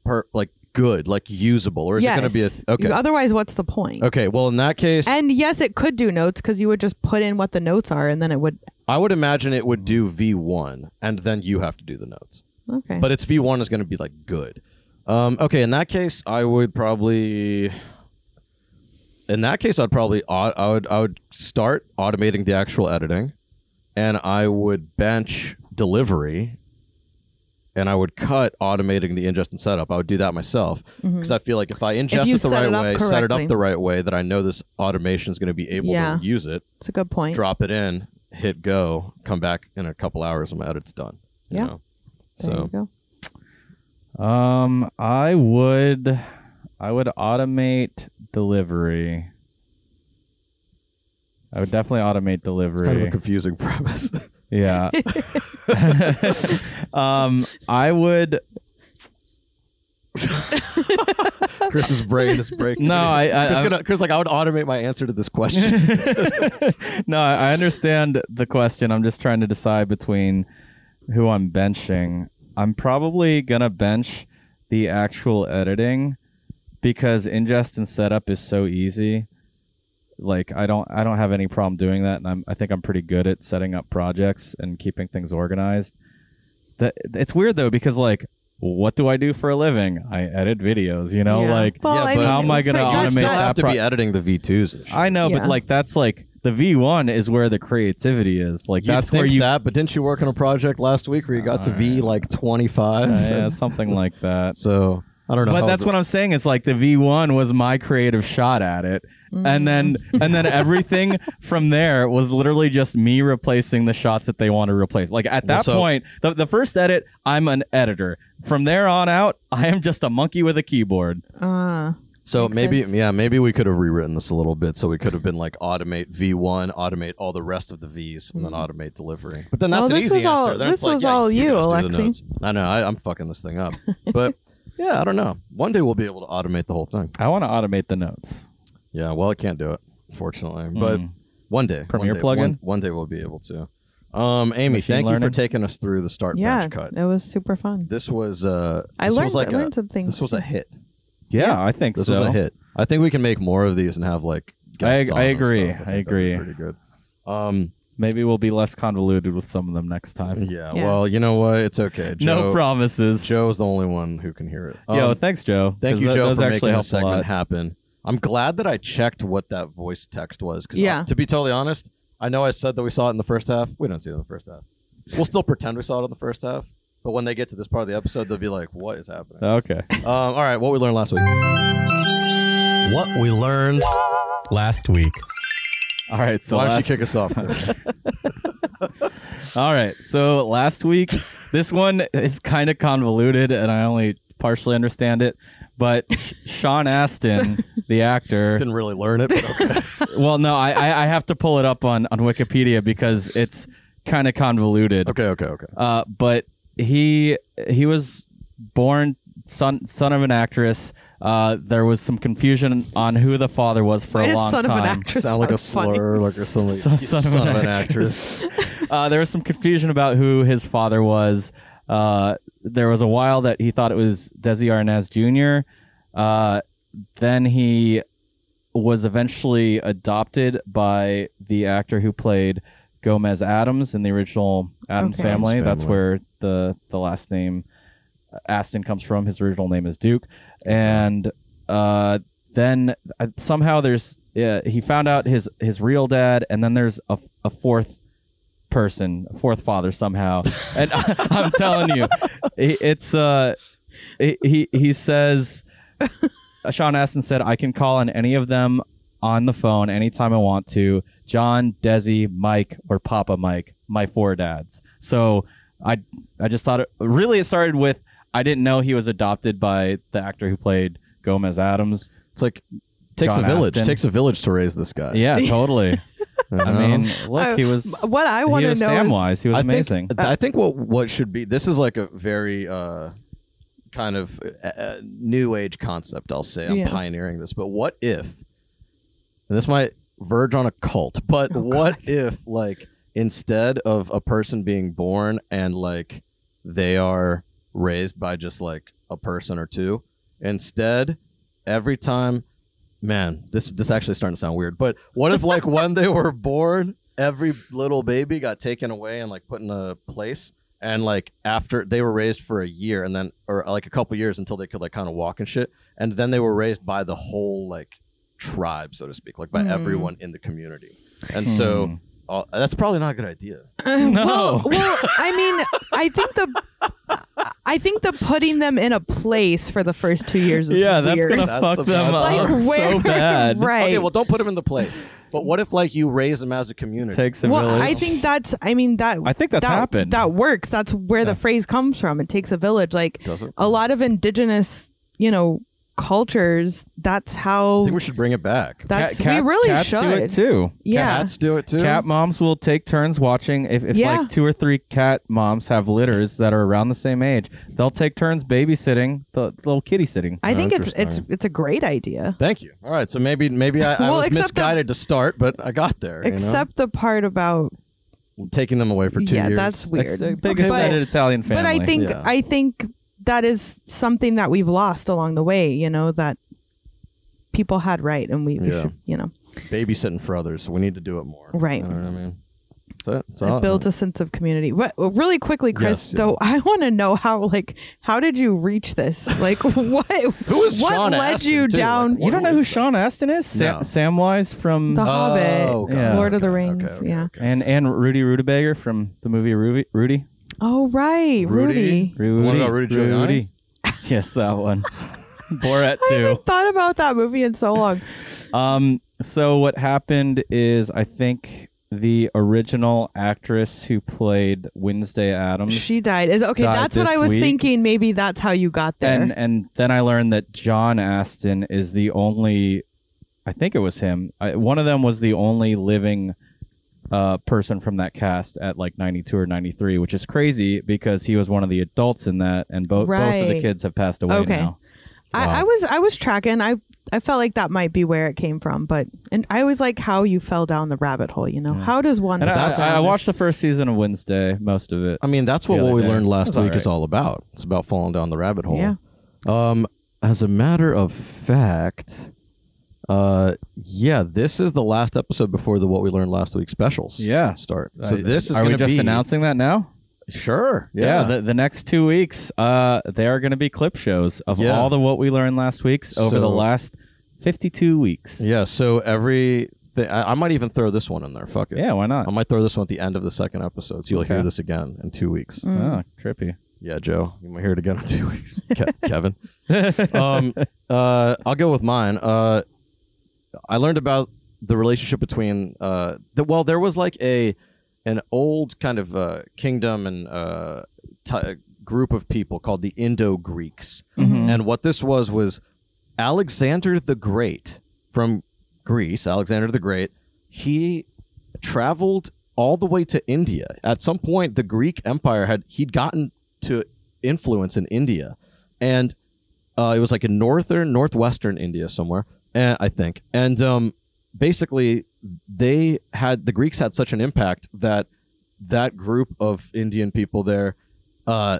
Speaker 3: per like good, like usable, or is
Speaker 2: yes.
Speaker 3: it going to be a okay?
Speaker 2: Otherwise, what's the point?
Speaker 3: okay, well, in that case,
Speaker 2: And yes, it could do notes because you would just put in what the notes are, and then it would.
Speaker 3: I would imagine it would do V one, and then you have to do the notes.
Speaker 2: Okay.
Speaker 3: But its V one is going to be like good. Um, okay, in that case, I would probably. In that case, I'd probably au- I would I would start automating the actual editing, and I would bench delivery, and I would cut automating the ingest and setup. I would do that myself because I feel like if I ingest
Speaker 2: Mm-hmm. you
Speaker 3: it the
Speaker 2: set
Speaker 3: right
Speaker 2: it up
Speaker 3: way, set it up
Speaker 2: correctly.
Speaker 3: the right way, that I know this automation is going to be able
Speaker 2: Yeah.
Speaker 3: to use it,
Speaker 2: it's a good point.
Speaker 3: drop it in, hit go, come back in a couple hours, and my edit's done. you
Speaker 2: Yeah.
Speaker 3: know?
Speaker 2: There
Speaker 3: So
Speaker 2: you go.
Speaker 4: Um, I would, I would automate delivery. I would definitely automate delivery.
Speaker 3: confusing premise.
Speaker 4: yeah. um, I would.
Speaker 3: Chris's brain is breaking.
Speaker 4: No, I. I
Speaker 3: Chris,
Speaker 4: I'm-
Speaker 3: gonna, Chris, like I would automate my answer to this question.
Speaker 4: no, I I understand the question. I'm just trying to decide between who I'm benching. I'm probably gonna bench the actual editing because ingest and setup is so easy. like I don't I don't have any problem doing that, and I'm I think I'm pretty good at setting up projects and keeping things organized. That it's weird though because like what do I do for a living? I edit videos, you know,
Speaker 2: Yeah.
Speaker 4: like
Speaker 2: Well,
Speaker 3: Yeah, but how am
Speaker 4: I gonna
Speaker 2: for-
Speaker 3: You would
Speaker 4: automate
Speaker 2: that's
Speaker 3: still
Speaker 2: not-
Speaker 3: have to
Speaker 4: pro-
Speaker 3: be editing the V2s. And shit.
Speaker 4: I know,
Speaker 2: Yeah.
Speaker 4: but like that's like the V1 is where the creativity is. Like
Speaker 3: You'd
Speaker 4: that's
Speaker 3: think
Speaker 4: where you
Speaker 3: that, but didn't you work on a project last week where you got to V like 25?
Speaker 4: Uh, yeah, something like that.
Speaker 3: So I don't know.
Speaker 4: But
Speaker 3: how
Speaker 4: that's
Speaker 3: the-
Speaker 4: what I'm saying. It's like the V1 was my creative shot at it, and then and then everything from there was literally just me replacing the shots that they want to replace. Like at
Speaker 3: Well,
Speaker 4: that
Speaker 3: so-
Speaker 4: point, the, the first edit, I'm an editor. From there on out, I am just a monkey with a keyboard.
Speaker 2: Uh,
Speaker 3: So
Speaker 2: Makes
Speaker 3: maybe,
Speaker 2: sense.
Speaker 3: yeah, maybe we could have rewritten this a little bit so we could have been like automate V1, automate all the rest of the Vs, and then
Speaker 4: Mm.
Speaker 3: automate delivery. But then that's
Speaker 2: Well,
Speaker 3: an
Speaker 2: this
Speaker 3: easy
Speaker 2: was all-
Speaker 3: answer. Then
Speaker 2: this
Speaker 3: it's like,
Speaker 2: was
Speaker 3: yeah,
Speaker 2: all you,
Speaker 3: guys do the
Speaker 2: Alexi.
Speaker 3: notes. I know. I, I'm fucking this thing up. But yeah, I don't know. One day we'll be able to automate the whole thing.
Speaker 4: I want to automate the notes.
Speaker 3: Yeah, well, I can't do it, unfortunately. But one day.
Speaker 4: Mm. Premiere
Speaker 3: one day,
Speaker 4: plugin?
Speaker 3: One, one day we'll be able to. Um, Amy,
Speaker 4: Machine
Speaker 3: thank you
Speaker 4: learning?
Speaker 3: for taking us through the start
Speaker 2: yeah,
Speaker 3: bench cut.
Speaker 2: it was super fun.
Speaker 3: This was uh
Speaker 2: I
Speaker 3: this
Speaker 2: learned-
Speaker 3: was like
Speaker 2: I
Speaker 3: a-
Speaker 2: learned some things,
Speaker 3: This was a
Speaker 2: too.
Speaker 3: hit.
Speaker 4: Yeah, I think
Speaker 3: This
Speaker 4: so.
Speaker 3: was a hit. I think we can make more of these and have like guests
Speaker 4: I-
Speaker 3: on
Speaker 4: I
Speaker 3: and stuff.
Speaker 4: agree. I
Speaker 3: think that'd be
Speaker 4: agree.
Speaker 3: Pretty good. Um
Speaker 4: Maybe we'll be less convoluted with some of them next time.
Speaker 3: yeah,
Speaker 2: Yeah.
Speaker 3: well, you know what? It's okay. Joe,
Speaker 4: no promises.
Speaker 3: Joe's the only one who can hear it.
Speaker 4: Yo,
Speaker 3: Um,
Speaker 4: thanks, Joe.
Speaker 3: thank
Speaker 4: 'cause
Speaker 3: you
Speaker 4: tho-
Speaker 3: Joe
Speaker 4: those
Speaker 3: for
Speaker 4: actually
Speaker 3: making
Speaker 4: helped
Speaker 3: this
Speaker 4: a
Speaker 3: segment
Speaker 4: lot.
Speaker 3: happen. I'm glad that I checked what that voice text was cuz
Speaker 2: Yeah.
Speaker 3: to be totally honest, I know I said that we saw it in the first half. We didn't see it in the first half. We'll still pretend we saw it in the first half, but when they get to this part of the episode, they'll be like, "What is happening?"
Speaker 4: Okay.
Speaker 3: Um, all right, what we learned last week. What we learned.
Speaker 4: last week. All right, so
Speaker 3: Why don't you
Speaker 4: last,
Speaker 3: kick us off?
Speaker 4: all right, so last week, this one is kind of convoluted, and I only partially understand it. But Sean Astin, the actor,
Speaker 3: Didn't really learn it, but okay.
Speaker 4: well, no, I, I I have to pull it up on on Wikipedia because it's kind of convoluted.
Speaker 3: okay, okay, okay.
Speaker 4: Uh, but he he was born son son of an actress. Uh, there was some confusion on who the father was for
Speaker 2: Why
Speaker 4: a
Speaker 2: does
Speaker 4: long
Speaker 2: son of an
Speaker 4: time.
Speaker 2: actress
Speaker 3: Sound like a
Speaker 2: sound funny?
Speaker 3: slur, like or something.
Speaker 4: Son-
Speaker 3: You
Speaker 4: son of an
Speaker 3: actress.
Speaker 4: uh, there was some confusion about who his father was. Uh, there was a while that he thought it was Desi Arnaz Jr. Uh, then he was eventually adopted by the actor who played Gomez Adams in the original Adams
Speaker 2: Okay.
Speaker 4: family.
Speaker 3: Addams
Speaker 4: That's
Speaker 3: Family.
Speaker 4: where the the last name uh, Aston comes from. His original name is Duke, and uh, then uh, somehow there's uh, he found out his his real dad, and then there's a, a fourth person, a fourth father somehow. And I, I'm telling you, it- it's uh, he he- he says, Sean Astin said, I can call on any of them on the phone anytime I want to. John, Desi, Mike, or Papa Mike, my four dads. So I I just thought it really it started with I didn't know he was adopted by the actor who played Gomez Adams.
Speaker 3: It's like takes
Speaker 4: John
Speaker 3: a village.
Speaker 4: Astin.
Speaker 3: Takes a village to raise this guy.
Speaker 4: Yeah, totally.
Speaker 3: You
Speaker 4: I
Speaker 3: know?
Speaker 4: mean, look, he
Speaker 2: I-
Speaker 4: was
Speaker 2: What I
Speaker 4: he
Speaker 2: want to
Speaker 4: was
Speaker 2: know
Speaker 4: Samwise. he was
Speaker 3: I
Speaker 4: amazing.
Speaker 3: Think, I think what what should be this is like a very uh, kind of uh, uh, new age concept. I'll say I'm
Speaker 2: Yeah.
Speaker 3: pioneering this, but what if? And this might verge on a cult, but
Speaker 4: Oh,
Speaker 3: what if like instead of a person being born and like they are raised by just like a person or two, instead every time man this this actually is starting to sound weird but what if like when they were born every little baby got taken away and like put in a place and like after they were raised for a year and then or like a couple years until they could like kind of walk and shit and then they were raised by the whole like tribe so to speak like by everyone in the community and so uh, that's probably not a good idea
Speaker 2: is.
Speaker 4: No.
Speaker 2: Well, Oh, well, I mean, I think the. I think the putting them in a place for the first two years is
Speaker 4: yeah, that's
Speaker 2: weird.
Speaker 4: gonna
Speaker 3: That's
Speaker 4: fuck
Speaker 3: the
Speaker 4: them
Speaker 3: bad
Speaker 4: up
Speaker 2: like
Speaker 3: Oh,
Speaker 2: where
Speaker 4: so bad.
Speaker 2: right
Speaker 3: okay well don't put them in the place but what if like you raise them as a community
Speaker 4: Takes a
Speaker 2: well,
Speaker 4: village.
Speaker 2: I think that's. I mean that.
Speaker 4: I think that's
Speaker 2: that,
Speaker 4: happened.
Speaker 2: That works. That's where the phrase comes from. It takes a village. Like
Speaker 3: Does it?
Speaker 2: a lot of indigenous, you know, cultures. That's how.
Speaker 3: i think we should bring it back
Speaker 4: Ca-
Speaker 2: That's
Speaker 4: cat-
Speaker 2: we really
Speaker 4: cats
Speaker 2: should.
Speaker 4: do it too.
Speaker 2: Yeah.
Speaker 3: cats do it too
Speaker 4: Cat moms will take turns watching. If, if
Speaker 2: Yeah.
Speaker 4: like two or three cat moms have litters that are around the same age, they'll take turns babysitting the little kitty sitting.
Speaker 2: I think it's it's
Speaker 3: Interesting.
Speaker 2: it's a great idea.
Speaker 3: Thank you. All right, so maybe maybe I, I
Speaker 2: Well,
Speaker 3: was
Speaker 2: except the-
Speaker 3: misguided to start, but I got there. you know?
Speaker 2: Except the part about
Speaker 3: taking them away for two
Speaker 2: yeah,
Speaker 3: years.
Speaker 2: that's
Speaker 4: That's
Speaker 2: weird.
Speaker 4: the biggest
Speaker 2: but,
Speaker 4: extended Italian family.
Speaker 2: but I think
Speaker 3: Yeah.
Speaker 2: I think that is something that we've lost along the way. You know that people had right, and we, we
Speaker 3: Yeah.
Speaker 2: should you know
Speaker 3: babysitting for others. We need to do it more.
Speaker 2: Right.
Speaker 3: You know what I mean? That's it. That's all.
Speaker 2: It builds a sense of community. What really quickly, Chris?
Speaker 3: Yes, yeah.
Speaker 2: Though I want to know how, like, how did you reach this? Like, what?
Speaker 3: Who is
Speaker 2: what
Speaker 3: Sean
Speaker 2: led
Speaker 3: Astin,
Speaker 2: you
Speaker 3: too?
Speaker 2: down?
Speaker 3: Like,
Speaker 4: You don't know who
Speaker 3: is that?
Speaker 4: Sean Astin is? Sam-
Speaker 3: No. Oh,
Speaker 4: Samwise from
Speaker 2: The Hobbit,
Speaker 3: okay.
Speaker 4: Yeah.
Speaker 2: Lord of the
Speaker 3: Okay,
Speaker 2: Rings.
Speaker 3: okay, okay,
Speaker 2: yeah.
Speaker 4: and and Rudy Rutabaga from the movie Rudy Rudy.
Speaker 2: Oh right, Rudy.
Speaker 3: Rudy. The one about Rudy Giuliani?
Speaker 4: yes, that one. Borat
Speaker 2: I
Speaker 4: too.
Speaker 2: haven't thought about that movie in so long.
Speaker 4: Um, so what happened is I think the original actress who played Wednesday Adams
Speaker 2: she died. Is okay.
Speaker 4: Died
Speaker 2: That's what
Speaker 4: this
Speaker 2: I was
Speaker 4: week.
Speaker 2: thinking. Maybe that's how you got there.
Speaker 4: and and then I learned that John Aston is the only I think it was him. I, one of them was the only living uh, person from that cast at like 92 or 93, which is crazy because he was one of the adults in that and both both of the
Speaker 2: Right.
Speaker 4: kids have passed away
Speaker 2: Okay.
Speaker 4: now.
Speaker 2: I, I was I was tracking. I I felt like that might be where it came from, but and I was like, how you fell down the rabbit hole. You know, how does one?
Speaker 4: And
Speaker 2: fall
Speaker 4: I,
Speaker 2: down
Speaker 4: I, I
Speaker 2: this-
Speaker 4: watched the first season of Wednesday, most of it.
Speaker 3: I mean, that's what
Speaker 4: The other
Speaker 3: what we
Speaker 4: day.
Speaker 3: learned last
Speaker 4: That's all
Speaker 3: week is
Speaker 4: right.
Speaker 3: all about. It's about falling down the rabbit hole.
Speaker 2: Yeah.
Speaker 3: Um, as a matter of fact, uh, yeah, this is the last episode before the what we learned last week specials.
Speaker 4: Yeah.
Speaker 3: Start. So
Speaker 4: I-
Speaker 3: this is
Speaker 4: are we
Speaker 3: gonna
Speaker 4: just
Speaker 3: be-
Speaker 4: announcing that now?
Speaker 3: Sure.
Speaker 4: Yeah,
Speaker 3: Yeah.
Speaker 4: the, the next two weeks, uh, they are going to be clip shows of
Speaker 3: Yeah.
Speaker 4: all the what we learned last week's over the
Speaker 3: So-
Speaker 4: last fifty-two weeks.
Speaker 3: yeah. So every. Th- I, I might even throw this one in there. Fuck it.
Speaker 4: yeah, why
Speaker 3: I
Speaker 4: not?
Speaker 3: might throw this one at the end of the second episode, so you'll hear
Speaker 4: Okay.
Speaker 3: this again in two weeks.
Speaker 2: Mm.
Speaker 4: Oh, trippy.
Speaker 3: Yeah, Joe, you might hear it again in two weeks. Ke- Kevin, um, uh, I'll go with mine. Uh, I learned about the relationship between uh, the, well, there was like a an old kind of uh, kingdom and uh, ti group of people called the Indo Greeks, and what this was was Alexander the Great from Greece. Alexander the Great, he traveled all the way to India. At some point, the Greek Empire had he'd gotten to influence in India, and uh, it was like in northern northwestern India somewhere, eh, I think. And um, basically, they had the Greeks had such an impact that that group of Indian people there. Uh,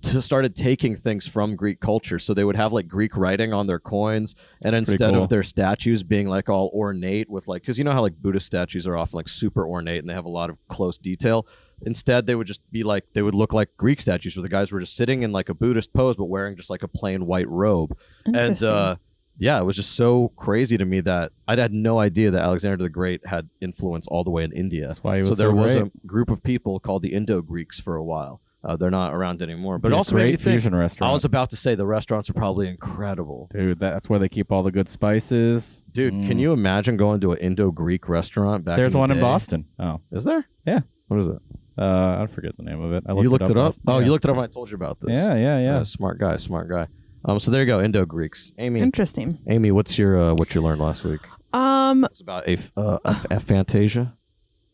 Speaker 3: to started taking things from Greek culture. So they would have like Greek writing on their coins, and
Speaker 4: That's pretty
Speaker 3: instead
Speaker 4: cool.
Speaker 3: of their statues being like all ornate with like, because you know how like Buddhist statues are often like super ornate and they have a lot of close detail. Instead, they would just be like they would look like Greek statues, where the guys were just sitting in like a Buddhist pose, but wearing just like a plain white robe. And
Speaker 2: Interesting.
Speaker 3: uh, yeah, it was just so crazy to me that I'd had no idea that Alexander the Great had influence all the way in India.
Speaker 4: That's why he
Speaker 3: so
Speaker 4: was
Speaker 3: there
Speaker 4: so
Speaker 3: was
Speaker 4: great.
Speaker 3: a group of people called the Indo Greeks for a while. Uh, they're not around anymore, but
Speaker 4: Be
Speaker 3: it
Speaker 4: a
Speaker 3: also made me
Speaker 4: great
Speaker 3: think.
Speaker 4: fusion restaurant.
Speaker 3: I was about to say the restaurants are probably incredible.
Speaker 4: Dude, that's where they keep all the good spices. Mm.
Speaker 3: Dude, can you imagine going to an Indo Greek restaurant back?
Speaker 4: There's
Speaker 3: the
Speaker 4: one in
Speaker 3: day?
Speaker 4: Boston. Oh,
Speaker 3: Is there?
Speaker 4: yeah.
Speaker 3: What is it?
Speaker 4: Uh, I forget the name of it. I looked
Speaker 3: you looked it up.
Speaker 4: last-
Speaker 3: Oh,
Speaker 4: yeah.
Speaker 3: you looked it up. when I told you about this. Uh,
Speaker 4: Yeah, yeah, yeah.
Speaker 3: smart guy, smart guy. Um, so there you go, Indo Greeks. Amy,
Speaker 2: Interesting.
Speaker 3: Amy, what's your uh, what you learned last week?
Speaker 2: Um,
Speaker 3: It's about a, uh, a, a Fantasia.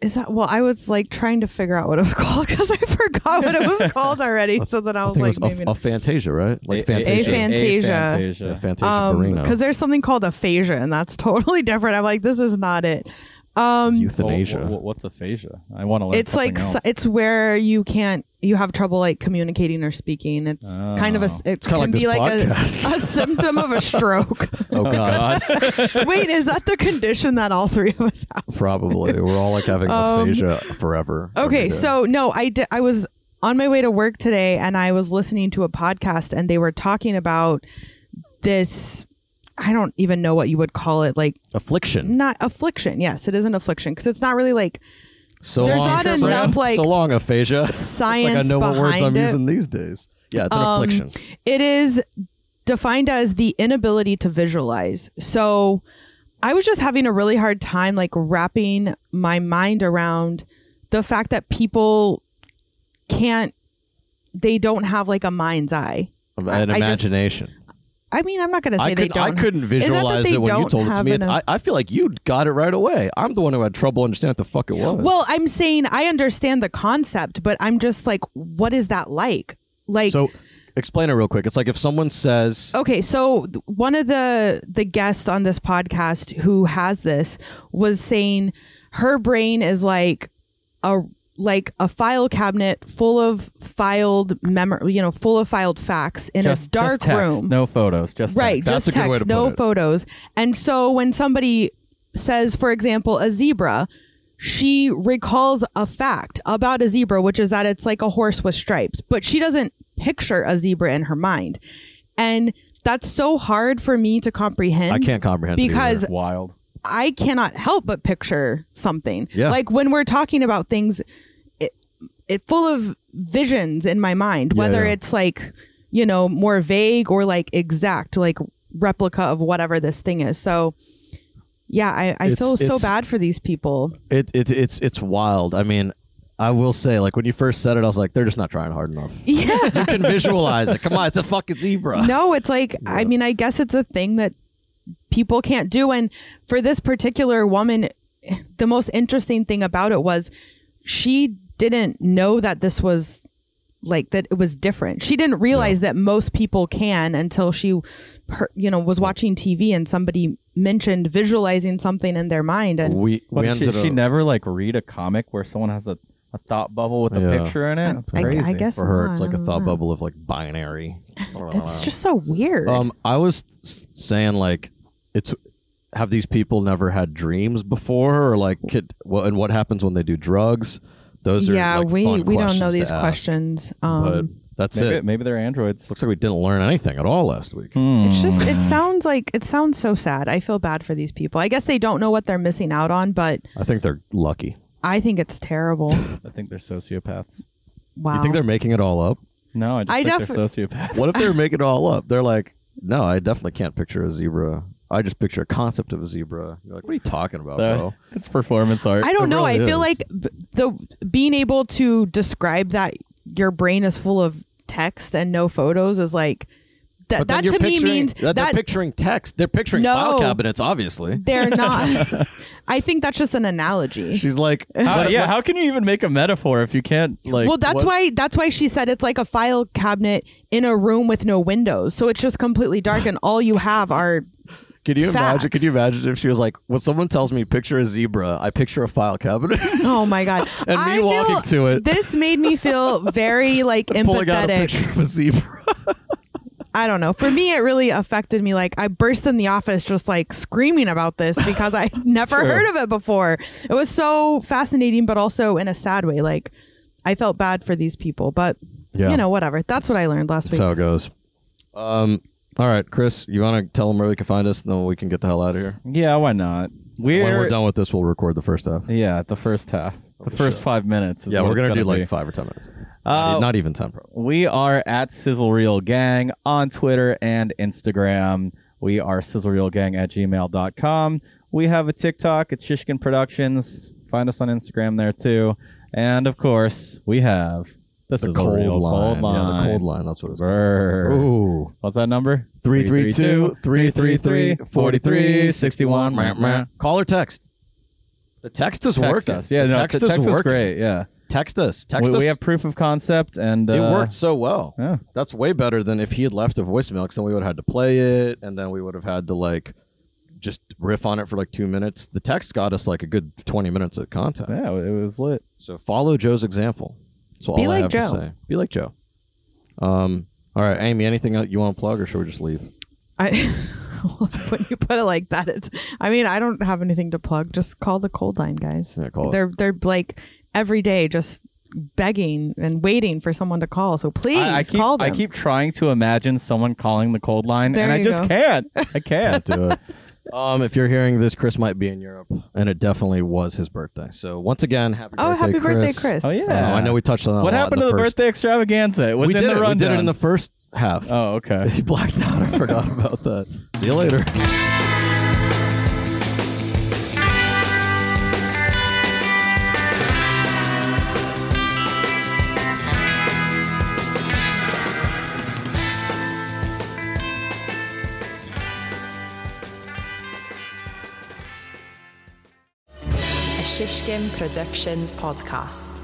Speaker 2: is that well? I was like trying to figure out what it was called because I forgot what it was called already. So then I
Speaker 3: I
Speaker 2: was
Speaker 3: think
Speaker 2: like,
Speaker 3: it was
Speaker 2: maybe.
Speaker 3: a, a Fantasia, right? Like Fantasia.
Speaker 2: A- Fantasia.
Speaker 3: Yeah,
Speaker 4: Aphantasia.
Speaker 3: Fantasia
Speaker 2: um,
Speaker 3: Barrino.
Speaker 2: because there's something called aphasia, and that's totally different. I'm like, this is not it. Um,
Speaker 3: euthanasia.
Speaker 4: Well, wh- wh- what's aphasia? I want to learn.
Speaker 2: it's like
Speaker 4: something
Speaker 2: s- it's where you can't you have trouble like communicating or speaking it's kind of a s- it
Speaker 3: Oh. kinda
Speaker 2: can
Speaker 3: like this
Speaker 2: be like a,
Speaker 3: podcast.
Speaker 2: a symptom of a stroke
Speaker 3: oh God,
Speaker 2: wait is that the condition that all three of us have
Speaker 3: probably. We're all like having aphasia forever. every
Speaker 2: Um, okay
Speaker 3: day.
Speaker 2: so no i did i was on my way to work today and i was listening to a podcast and they were talking about this i don't even know what you would call it like
Speaker 3: affliction.
Speaker 2: not affliction yes it is an affliction because it's not really like
Speaker 3: So
Speaker 2: There's
Speaker 3: long,
Speaker 2: not
Speaker 3: so,
Speaker 2: enough, like,
Speaker 3: so long aphasia. it's like I
Speaker 2: science
Speaker 3: know what words I'm
Speaker 2: behind it. Um,
Speaker 3: using these days. Yeah, it's an affliction.
Speaker 2: It is defined as the inability to visualize. So I was just having a really hard time like wrapping my mind around the fact that people can't they don't have like a mind's eye.
Speaker 3: An
Speaker 2: I- I just-
Speaker 3: imagination.
Speaker 2: I mean, I'm not going to say
Speaker 3: I,
Speaker 2: they
Speaker 3: could,
Speaker 2: don't.
Speaker 3: I couldn't
Speaker 2: Is that that
Speaker 3: visualize
Speaker 2: they
Speaker 3: it when you
Speaker 2: don't
Speaker 3: told it to
Speaker 2: have
Speaker 3: me. It's-
Speaker 2: an-
Speaker 3: I, I feel like you got it right away. I'm the one who had trouble understanding what the fuck it was.
Speaker 2: well, I'm saying I understand the concept, but I'm just like what is that like? Like
Speaker 3: so explain it real quick. It's like if someone says,
Speaker 2: Okay, so th- one of the the guests on this podcast who has this was saying her brain is like a like a file cabinet full of filed memory, you know, full of filed facts in
Speaker 4: else. Just
Speaker 2: a dark
Speaker 4: just text,
Speaker 2: room.
Speaker 4: no photos. Just
Speaker 2: right,
Speaker 4: text.
Speaker 3: That's
Speaker 2: just
Speaker 3: a good way to
Speaker 2: text,
Speaker 3: put
Speaker 2: no
Speaker 3: it.
Speaker 2: photos. And so when somebody says, for example, a zebra, she recalls a fact about a zebra, which is that it's like a horse with stripes, but she doesn't picture a zebra in her mind. And that's so hard for me to comprehend.
Speaker 3: I can't comprehend it either.
Speaker 2: because
Speaker 4: Wild.
Speaker 2: I cannot help but picture something.
Speaker 3: Yeah.
Speaker 2: Like when we're talking about things, it, it full of visions in my mind,
Speaker 3: Yeah,
Speaker 2: whether
Speaker 3: yeah.
Speaker 2: it's like, you know, more vague or like exact, like replica of whatever this thing is. So yeah, I, I
Speaker 3: It's-
Speaker 2: feel so
Speaker 3: it's-
Speaker 2: bad for these people.
Speaker 3: It, it it's it's wild. I mean, I will say, like when you first said it, I was like, they're just not trying hard enough.
Speaker 2: Yeah.
Speaker 3: you can visualize it. Come on, it's a fucking zebra.
Speaker 2: no, it's like I mean, I guess it's a thing that people can't do. And for this particular woman, the most interesting thing about it was she didn't know that this was like that it was different. She didn't realize that most people can until she, her, you know, was watching TV and somebody mentioned visualizing something in their mind and.
Speaker 3: We
Speaker 4: But
Speaker 3: we
Speaker 4: did she,
Speaker 3: ended
Speaker 4: she
Speaker 3: up-
Speaker 4: never like read a comic where someone has a, a thought bubble with a
Speaker 3: Yeah.
Speaker 4: picture in it. That's
Speaker 2: I- I
Speaker 4: crazy.
Speaker 2: guess-
Speaker 3: for her. It's
Speaker 2: not,
Speaker 3: like a
Speaker 2: I
Speaker 3: thought
Speaker 2: don't know.
Speaker 3: bubble of like binary.
Speaker 2: it's just so weird.
Speaker 3: Um, I was s- saying like, it's have these people never had dreams before, or like, could, what, and what happens when they do drugs? Those are
Speaker 2: yeah,
Speaker 3: like,
Speaker 2: we
Speaker 3: fun
Speaker 2: we don't
Speaker 3: questions
Speaker 2: know
Speaker 3: to
Speaker 2: these
Speaker 3: ask,
Speaker 2: questions.
Speaker 3: but
Speaker 2: Um,
Speaker 3: that's
Speaker 4: maybe,
Speaker 3: it.
Speaker 4: maybe they're androids.
Speaker 3: Looks like we didn't learn anything at all last week.
Speaker 4: Hmm.
Speaker 2: It's just
Speaker 3: Hmm.
Speaker 2: it sounds like it sounds so sad. I feel bad for these people. I guess they don't know what they're missing out on, but
Speaker 3: I think they're lucky.
Speaker 2: I think it's terrible.
Speaker 4: I think they're sociopaths.
Speaker 2: Wow.
Speaker 3: You think they're making it all up?
Speaker 4: No, I just
Speaker 2: I
Speaker 4: think
Speaker 2: defi-
Speaker 4: they're sociopaths.
Speaker 3: What if they're making it all up? They're like, no, I definitely can't picture a zebra. I just picture a concept of a zebra. You're like, what are you talking about, bro?
Speaker 4: it's performance art.
Speaker 2: I don't
Speaker 3: It
Speaker 2: know. I
Speaker 3: really
Speaker 2: feel
Speaker 3: is.
Speaker 2: like b- the being able to describe that your brain is full of text and no photos is like that.
Speaker 3: But then
Speaker 2: That
Speaker 3: you're
Speaker 2: to me
Speaker 3: picturing-
Speaker 2: means
Speaker 3: that, they're
Speaker 2: that
Speaker 3: picturing text. They're picturing
Speaker 2: No.
Speaker 3: file cabinets, obviously.
Speaker 2: they're not. I think that's just an analogy.
Speaker 3: She's like,
Speaker 4: How, yeah, how can you even make a metaphor if you can't like?
Speaker 2: well, that's
Speaker 4: what-
Speaker 2: why that's why she said it's like a file cabinet in a room with no windows, so it's just completely dark, and all you have are
Speaker 3: Can you imagine?
Speaker 2: Facts.
Speaker 3: Can you imagine if she was like, when someone tells me picture a zebra, I picture a file cabinet.
Speaker 2: Oh my god!
Speaker 3: And me walking to it.
Speaker 2: This made me feel very like
Speaker 3: Pulling out a
Speaker 2: empathetic.
Speaker 3: picture of a zebra.
Speaker 2: I don't know. For me, it really affected me. Like I burst in the office just like screaming about this because I never heard of it before. It was so fascinating, but also in a sad way. Like I felt bad for these people, but
Speaker 3: Yeah.
Speaker 2: you know, whatever. That's what I learned last week.
Speaker 3: it goes. Um, all right, Chris, you want to tell them where we can find us, and then we can get the hell out of here.
Speaker 4: Yeah, why not? We're,
Speaker 3: When we're done with this, we'll record the first half.
Speaker 4: Yeah, the first half, the first five minutes. Is
Speaker 3: Yeah,
Speaker 4: what
Speaker 3: we're
Speaker 4: it's
Speaker 3: gonna do
Speaker 4: gonna
Speaker 3: like
Speaker 4: be.
Speaker 3: five or ten minutes. Not e- not even ten, probably.
Speaker 4: We are at Sizzle Reel Gang on Twitter and Instagram. We are sizzlereelgang at gmail.com. We have a TikTok. It's Shishkin Productions. Find us on Instagram there too. And of course, we have the,
Speaker 3: The
Speaker 4: Sizzle
Speaker 3: cold
Speaker 4: Reel
Speaker 3: line.
Speaker 4: Cold Line.
Speaker 3: Yeah, the cold line. That's what it's. called.
Speaker 4: Brr.
Speaker 3: Ooh.
Speaker 4: What's that number?
Speaker 3: 332 333 43 61. Call or text. The text is
Speaker 4: Text
Speaker 3: working.
Speaker 4: us. Yeah,
Speaker 3: the
Speaker 4: no,
Speaker 3: text,
Speaker 4: the
Speaker 3: is
Speaker 4: text is
Speaker 3: working.
Speaker 4: great. Yeah.
Speaker 3: Text us. Text
Speaker 4: we,
Speaker 3: us.
Speaker 4: we have proof of concept and
Speaker 3: it
Speaker 4: uh,
Speaker 3: worked so well.
Speaker 4: yeah.
Speaker 3: That's way better than if he had left a voicemail because then we would have had to play it and then we would have had to like just riff on it for like two minutes. The text got us like a good 20 minutes of content.
Speaker 4: Yeah, it was lit.
Speaker 3: So follow Joe's example. That's all
Speaker 2: Be
Speaker 3: I
Speaker 2: like
Speaker 3: have
Speaker 2: Joe.
Speaker 3: to say. Be like Joe. Um, all right, Amy, anything else you want to plug or should we just leave?
Speaker 2: I when you put it like that, it's. I mean, I don't have anything to plug. Just call the cold line, guys.
Speaker 3: Yeah, call it.
Speaker 2: they're they're like every day just begging and waiting for someone to call. So please
Speaker 4: I, I keep,
Speaker 2: call them.
Speaker 4: I keep trying to imagine someone calling the cold line,
Speaker 2: There
Speaker 4: and I
Speaker 2: you
Speaker 4: just
Speaker 2: go.
Speaker 4: can't. I can't.
Speaker 3: do it. Um, if you're hearing this, Chris might be in Europe, and it definitely was his birthday. So once again, happy
Speaker 2: Oh,
Speaker 3: birthday,
Speaker 2: happy
Speaker 3: Chris.
Speaker 2: birthday, Chris.
Speaker 4: Oh,
Speaker 3: I know,
Speaker 4: yeah.
Speaker 3: I know we touched on that.
Speaker 4: what
Speaker 3: a lot
Speaker 4: happened
Speaker 3: in
Speaker 4: to the
Speaker 3: first-
Speaker 4: birthday extravaganza? It was
Speaker 3: We
Speaker 4: in
Speaker 3: did
Speaker 4: the
Speaker 3: it. We
Speaker 4: rundown.
Speaker 3: did it in the first half.
Speaker 4: Oh, okay.
Speaker 3: He blacked out. I forgot about that. See you later.
Speaker 1: A Shishkin Productions podcast.